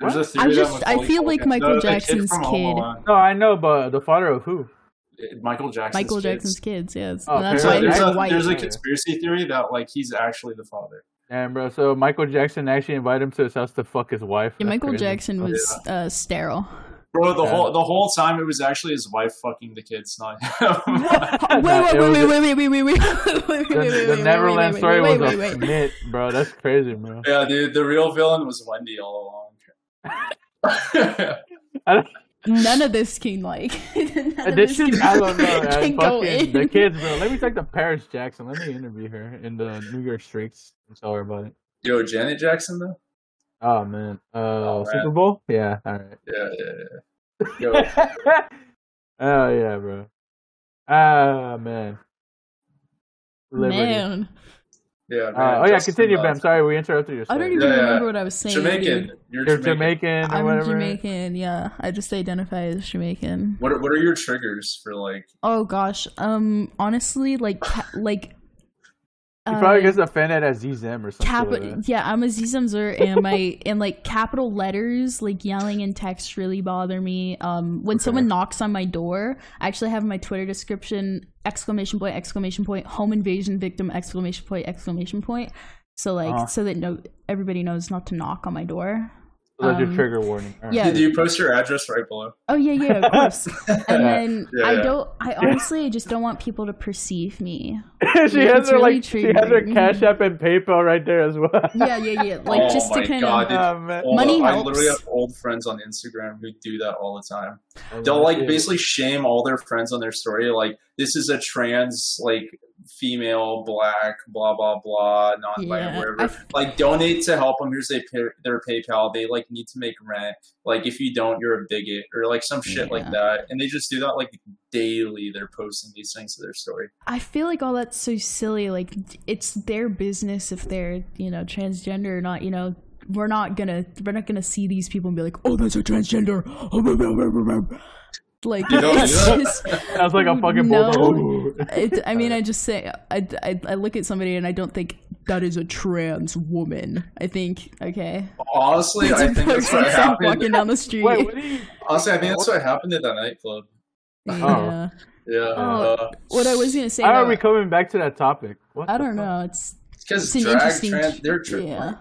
C: There's
A: What?
C: a theory that
B: just- I
C: Macaulay
B: feel like
C: Culkin-
B: Michael
C: the- the
B: Jackson's
C: from Home
B: kid.
C: Alone.
A: No, I know, but the father of who?
C: It- Michael Jackson's
B: Michael
C: kids.
B: Jackson's kids, yes.
A: Oh,
B: And that's
C: There's
A: apparently-
B: why
C: a, there's,
B: they're
C: a,
B: white.
C: there's a
A: Yeah.
C: conspiracy theory that like he's actually the father.
A: Damn, bro. So Michael Jackson actually invited him to his house to fuck his wife.
B: Yeah,
A: That's
B: Michael
A: crazy. Oh,
B: Jackson
C: (laughs)
B: was
A: (laughs)
B: uh, sterile.
C: Bro, the
A: Yeah.
C: whole the whole time it was actually his wife fucking the kids, not him. (laughs)
B: Wait,
A: Nah,
B: wait,
A: it was-
B: wait, wait, wait, wait, wait, wait, wait, wait,
A: The,
B: wait, wait,
A: the
B: wait,
A: Neverland
B: wait,
A: story
B: wait,
A: was
B: wait,
A: a
B: wait.
A: myth, bro. That's crazy, bro.
C: yeah, dude, the real villain was Wendy all along. (laughs)
B: None of this can like. (laughs) none of
A: This is, I don't know.
B: (laughs)
A: Man.
B: can go
A: Fucking the
B: in.
A: kids, bro. Let me talk to Paris Jackson. Let me interview her in the New York streets and tell her about it.
C: Yo, Janet Jackson though.
A: Oh man, uh,
C: Oh, man.
A: Super Bowl? Yeah, all right.
C: Yeah, yeah, yeah.
A: (laughs)
C: Yo,
A: oh yeah, bro. Ah man. Liberty.
B: Man,
C: yeah.
A: Uh, oh yeah, continue, Ben.
C: Ben.
A: Sorry, we interrupted your
B: I
A: story.
B: don't even
C: Yeah, yeah.
B: remember what I was saying.
C: Jamaican.
B: dude.
C: You're
A: You're
C: Jamaican.
A: Jamaican or
B: I'm
A: whatever.
B: Jamaican. Yeah, I just identify as Jamaican.
C: What are, What are your triggers for like?
B: Oh gosh. Um. Honestly, like,
C: (laughs)
B: ca- like.
A: He probably
B: uh,
A: gets offended at ZZM or something.
B: Capi-
A: like that.
B: yeah, I'm a Zamzer and
C: (laughs)
B: my and like capital letters, like yelling in text really bother me. Um when
A: Okay.
B: someone knocks on my door, I actually have in my Twitter description exclamation point, exclamation point, home invasion victim, exclamation point, exclamation point. So like
A: Uh-huh.
B: so that no everybody knows not to knock on my door.
A: So that's your
B: um,
A: trigger warning. All right.
B: yeah.
C: Did you post your address right below?
B: Oh yeah, yeah,
C: (laughs)
B: of course. and then
C: Yeah,
B: I
C: yeah.
B: don't I honestly I just don't want people to perceive me.
A: (laughs) she has
B: It's
A: her
B: really
A: like she has her
B: triggering.
A: Cash App and PayPal right there as well.
B: Yeah, yeah,
C: (laughs)
B: yeah. Like
C: Oh
B: just to
C: my
B: kind
C: God,
B: of
C: dude.
A: (laughs) Oh, man.
C: All
B: Money
C: the- I
B: helps.
C: literally have old friends on Instagram who do that all the time. They'll like basically shame all their friends on their story. Like this is a trans like female black blah blah blah non-binary
B: Yeah,
C: whatever.
B: I f-
C: like donate to help them. Here's their pay- their PayPal. They like need to make rent. Like if you don't, you're a bigot or like some shit like
B: Yeah.
C: that. And they just do that like daily. They're posting these things to their story.
B: I feel like all that's so silly. Like it's their business if they're you know transgender or not. You know we're not gonna we're not gonna see these people and be like, oh, that's a transgender. (laughs) Like
C: You don't
B: it's
C: do that?
B: just.
A: That's like a fucking
B: No.
A: bulldog.
B: (laughs) It, I mean, I just say I, I I look at somebody and I don't think that is a trans woman. I think okay,
C: Honestly, I think that's what
B: (laughs) person walking
C: happened.
B: down the street.
A: Wait, what do you?
C: Honestly, I think that's what happened at that nightclub.
B: yeah.
C: Yeah.
B: Oh,
C: uh,
B: What I was gonna say.
A: Why are
B: About,
A: we coming back to that topic? What
B: I
A: the
B: don't
A: fuck?
B: know. It's
C: Because
B: it's an
C: drag
B: interesting.
C: trans, they're tra-
B: yeah. Um,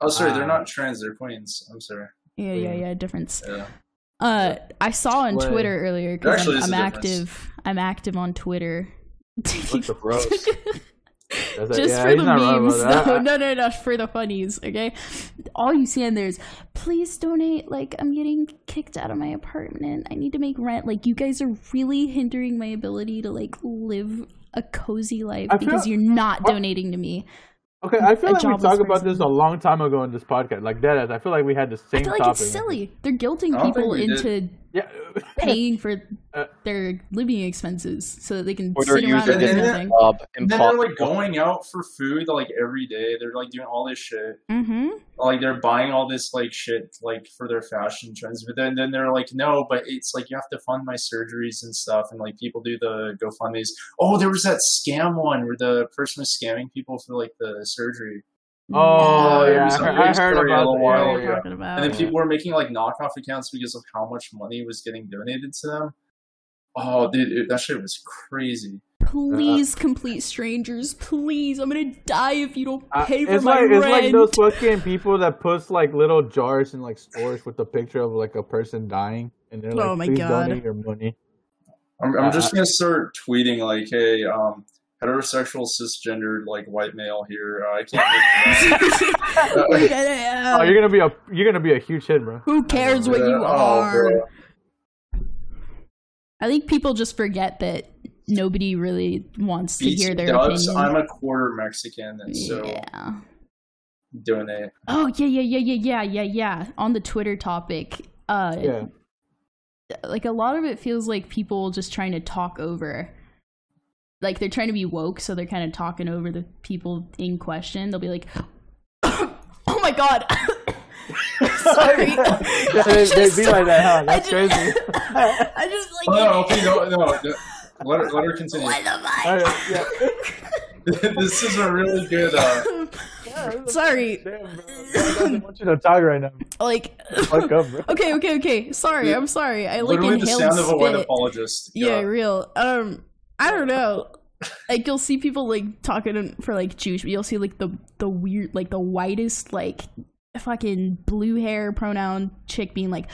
C: Oh, sorry,
A: Ah.
C: they're not trans. They're queens. I'm sorry.
B: Yeah, yeah, yeah. Difference.
C: Yeah.
B: Uh, I saw on
A: Well,
B: Twitter earlier
C: there
B: because
C: actually
B: I'm,
C: is a
B: I'm
C: difference.
B: active. I'm active on Twitter. (laughs)
D: That's gross.
A: That's like-
B: Just
A: yeah,
B: for
A: he's
B: the
A: not wrong
B: memes,
A: about
B: though.
A: that.
B: No, no, no, for the funnies. Okay, all you see on there is, please donate. Like I'm getting kicked out of my apartment. I need to make rent. Like you guys are really hindering my ability to like live a cozy life
A: I feel-
B: because you're not
A: What?
B: donating to me.
A: (laughs) Okay, I feel
B: a
A: like we
B: jobless
A: talked about
B: person.
A: this a long time ago in this podcast. Like that is, I feel like we had the
B: I
A: same
B: feel like
A: topic.
B: it's silly. They're guilting
C: I don't
B: people
C: think we did.
B: into (laughs)
A: Yeah. (laughs)
B: paying for
A: Uh,
B: their living expenses so that they can
D: Or they're
B: sit around
D: using
B: and do
C: it-
B: nothing.
D: Bob,
C: And then they're
D: impossible.
C: like going out for food like every day. They're like doing all this shit.
B: Mm-hmm.
C: Like they're buying all this like shit like for their fashion trends. But then then they're like, no, but it's like you have to fund my surgeries and stuff. And like people do the GoFundmes. Oh, there was that scam one where the person was scamming people for like the surgery.
A: Oh
C: Yeah, it
A: yeah,
C: was
A: I
C: a
A: heard,
C: big
A: I heard
C: story a
A: about
C: little
A: that. Yeah,
C: while ago.
A: yeah, yeah.
B: talking about.
C: And then uh, people were making like knockoff accounts because of how much money was getting donated to them. Oh, dude, it- that shit was crazy.
B: please, complete strangers, please. I'm gonna die if you don't
A: Uh,
B: pay for
A: it's
B: my
A: like it's like
B: rent. (laughs)
A: those fucking people that puts like little jars in like stores with a picture of like a person dying, and they're like,
B: Oh my
A: "Please
B: God.
A: donate your money."
C: I'm, I'm
B: Uh-huh.
C: just
A: Uh,
C: gonna start tweeting like, "Hey, um, heterosexual cisgendered like white male here. Uh, I can't." Make
B: Look at it.
A: Oh, you're gonna be a you're gonna be a huge hit,
B: (laughs)
A: bro.
B: Who cares what you
C: Oh,
B: are?
C: bro.
B: I think people just forget that nobody really wants to
C: Beats
B: hear their
C: dubs.
B: opinion.
C: I'm a quarter Mexican, and so
B: yeah.
C: donate.
B: Oh yeah, yeah, yeah, yeah, yeah, yeah, yeah. On the Twitter topic, uh,
A: Yeah.
B: like a lot of it feels like people just trying to talk over like they're trying to be woke so they're kind of talking over the people in question they'll be like (coughs) oh my god (coughs) sorry
A: Yeah, (laughs) they- they'd be like that, huh?
B: I
A: That's
B: just-
A: crazy.
B: (laughs) i just like
C: Oh,
B: (laughs)
C: okay, no, no. no. Let her, let her continue.
B: what am
A: All
B: I?
A: right, yeah.
C: (laughs) this is a really good. Uh,
B: sorry
A: Damn, bro. God doesn't want you to talk right now.
B: like
A: (laughs) Fuck up, bro.
B: okay okay okay sorry i'm sorry (laughs) i like
C: literally the
B: inhaled
C: sound of a white
B: spit.
C: apologist.
B: yeah, (laughs) real um i don't know like you'll see people like talking for like jewish but you'll see like the the weird like the whitest like fucking blue hair pronoun chick being like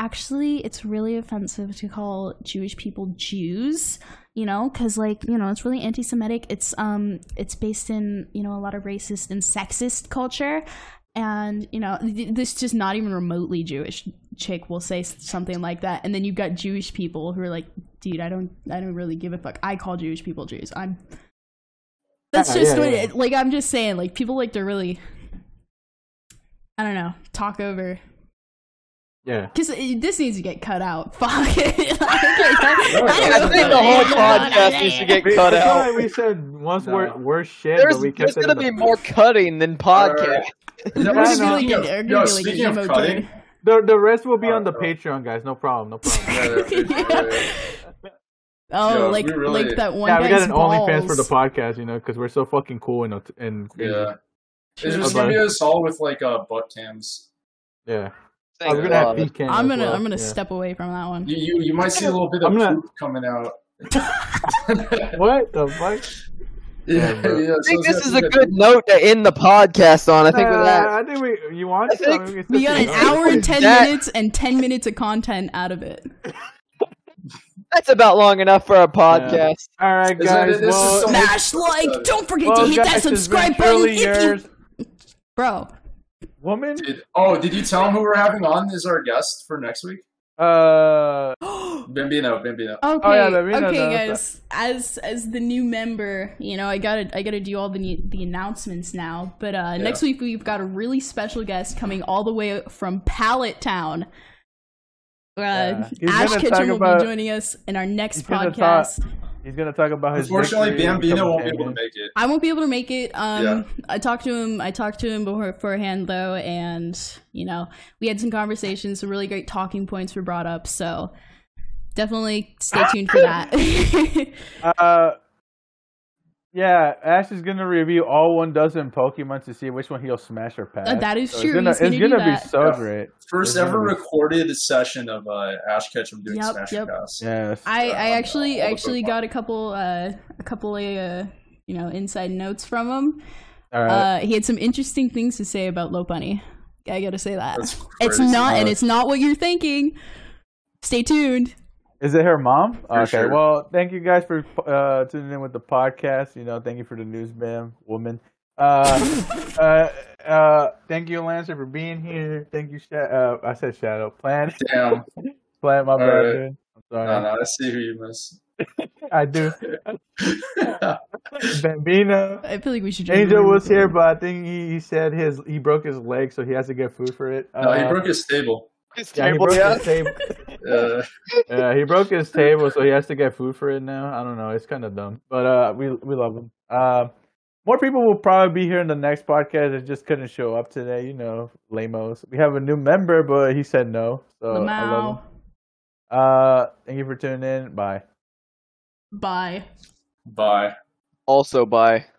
B: actually it's really offensive to call jewish people jews you know because like you know it's really anti-semitic it's um it's based in you know a lot of racist and sexist culture and you know th- this is just not even remotely jewish chick will say s- something like that, and then you've got Jewish people who are like, "Dude, I don't, I don't really give a fuck. I call Jewish people Jews.
E: (laughs)
B: I'm." That's
D: Yeah,
B: just
D: yeah,
B: what
D: yeah.
B: it. Like I'm just saying, like people like to really, I don't know, talk over.
A: Yeah.
B: Cause it- this needs to get cut out. (laughs) Fuck. I don't know.
E: I
B: (laughs)
E: think the whole podcast needs to get
A: We,
E: cut
A: I feel like
E: out.
A: we said once
C: No.
A: word, word shit,
E: There's,
A: but we
E: there's
A: kept it.
E: gonna
A: in
E: be
A: the-
E: more cutting than podcast.
B: We're
A: Yeah,
B: gonna
A: no.
B: be like,
C: Speaking
B: a-
C: of-
B: we're
C: no,
B: gonna be like
C: speaking
B: an
C: of
B: emo
C: cutting,
B: kid.
A: The the rest will be on the
C: Alright,
A: Patreon, guys. No problem. No
B: (laughs)
A: problem.
C: Yeah, yeah, yeah, yeah,
B: Oh,
C: Yeah,
B: like
C: uh, we really-
B: like that one
A: yeah, we
B: guy's
A: got an
B: balls.
A: OnlyFans for the podcast, you know, because we're so fucking cool and aut- and
C: yeah.
A: crazy.
C: Yeah. It's
B: Sure.
C: just
A: Okay.
C: gonna be us all with like uh, butt cams.
A: yeah.
E: Thank
A: we're
C: you.
A: gonna have
E: God.
A: beef cam
B: I'm
A: as
B: gonna
A: well,
B: I'm gonna
A: yeah.
B: step away from that one.
C: You you, you might see a little bit of
A: I'm gonna-
C: poop coming out.
A: (laughs)
C: (laughs)
A: What the fuck?
C: yeah,
A: bro.
C: yeah,
E: I think
C: so it's
E: this is
C: gonna
E: a
C: be
E: good note to end the podcast on. I think with
A: Uh,
E: that.
A: I think we. You want?
E: I think
A: mean, can
B: We
A: still
B: got an
A: keep going.
B: hour and ten
E: That-
B: minutes and ten minutes of content out of it.
E: That's about long enough for our podcast.
A: All right, guys.
C: Is that- this is
A: well,
C: so-
B: Smash like! Don't forget
A: well,
B: to hit
A: guys,
B: that
A: it's been
B: subscribe button
A: truly
B: if you
A: yours.
B: Bro.
A: woman.
C: Did, oh, did you tell him who we're having on as our guest for next
E: (gasps)
C: week?
A: Uh,
B: okay,
C: Bambino, Bambino.
A: Oh, yeah, let me know
B: okay,
A: that.
B: guys. As as the new member, you know, I gotta I gotta do all the new, the announcements now. But uh, next week we've got a really special guest coming all the way from Pallet Town. Uh,
A: Yeah. He's
B: Ash
A: gonna
B: Kitchen
A: talk
B: will
A: about-
B: be joining us in our next
A: he's gonna talk-
B: podcast.
A: he's gonna talk about his.
C: Unfortunately,
A: victory and
C: Bambino
A: become
C: won't be able
A: champion.
C: to make it.
B: I won't be able to make it. Um,
C: Yeah.
B: I talked to him. I talked to him before- beforehand, though, and you know, we had some conversations. Some really great talking points were brought up. So definitely stay tuned for that.
A: (laughs)
B: (laughs)
A: Uh, yeah, Ash is gonna review all one dozen Pokemon to see which one he'll smash or pass.
B: Uh, that is
A: So
B: true.
A: It's gonna,
B: He's gonna
A: it's
B: do
A: gonna be
B: that.
A: so
C: Yeah.
A: great.
C: First
A: There's
C: ever
A: no-
C: recorded session of uh, Ash Ketchum doing
B: Yep,
C: Smash
B: yep.
C: Pass.
A: Yes.
B: I, I
C: Yeah,
B: actually
C: all the
B: actually
C: Pokemon.
B: got a couple uh, a couple of uh, you know inside notes from him.
A: All right.
B: Uh, he had some interesting things to say about Low Bunny. I gotta say that
C: That's
B: it's
C: crazy.
B: not, and
A: Uh,
B: it's not what you're thinking. Stay tuned.
A: Is it her mom?
C: For
A: okay.
C: sure.
A: Well, thank you guys for uh, tuning in with the podcast. You know, thank you for the news, man, woman. Uh,
B: (laughs)
A: uh, uh, thank you, Lancer, for being here. Thank you, Sha- uh, I said Shadow Plan.
C: Damn.
A: Plan, my bad.
C: right. Uh-huh.
A: dude. I'm sorry.
C: No, no, I see who you miss. (laughs)
A: I do. Bambino.
B: I feel like we should. just
A: Angel
B: remove
A: was
B: it.
A: here, but I think he, he said his he broke his leg, so he has to get food for it.
C: no, he
A: Uh,
C: broke his stable.
E: His
A: yeah, he
E: table,
A: broke
E: yeah.
A: his table.
C: Uh,
A: Yeah, he broke his table, so he has to get food for it now. I don't know. It's kind of dumb, but uh, we we love him. Uh, more people will probably be here in the next podcast. It just couldn't show up today, you know, lamos. We have a new member, but he said no, so I love
B: Lamau.
A: him. Uh, thank you for tuning in. Bye.
B: Bye.
C: bye.
E: Also, bye.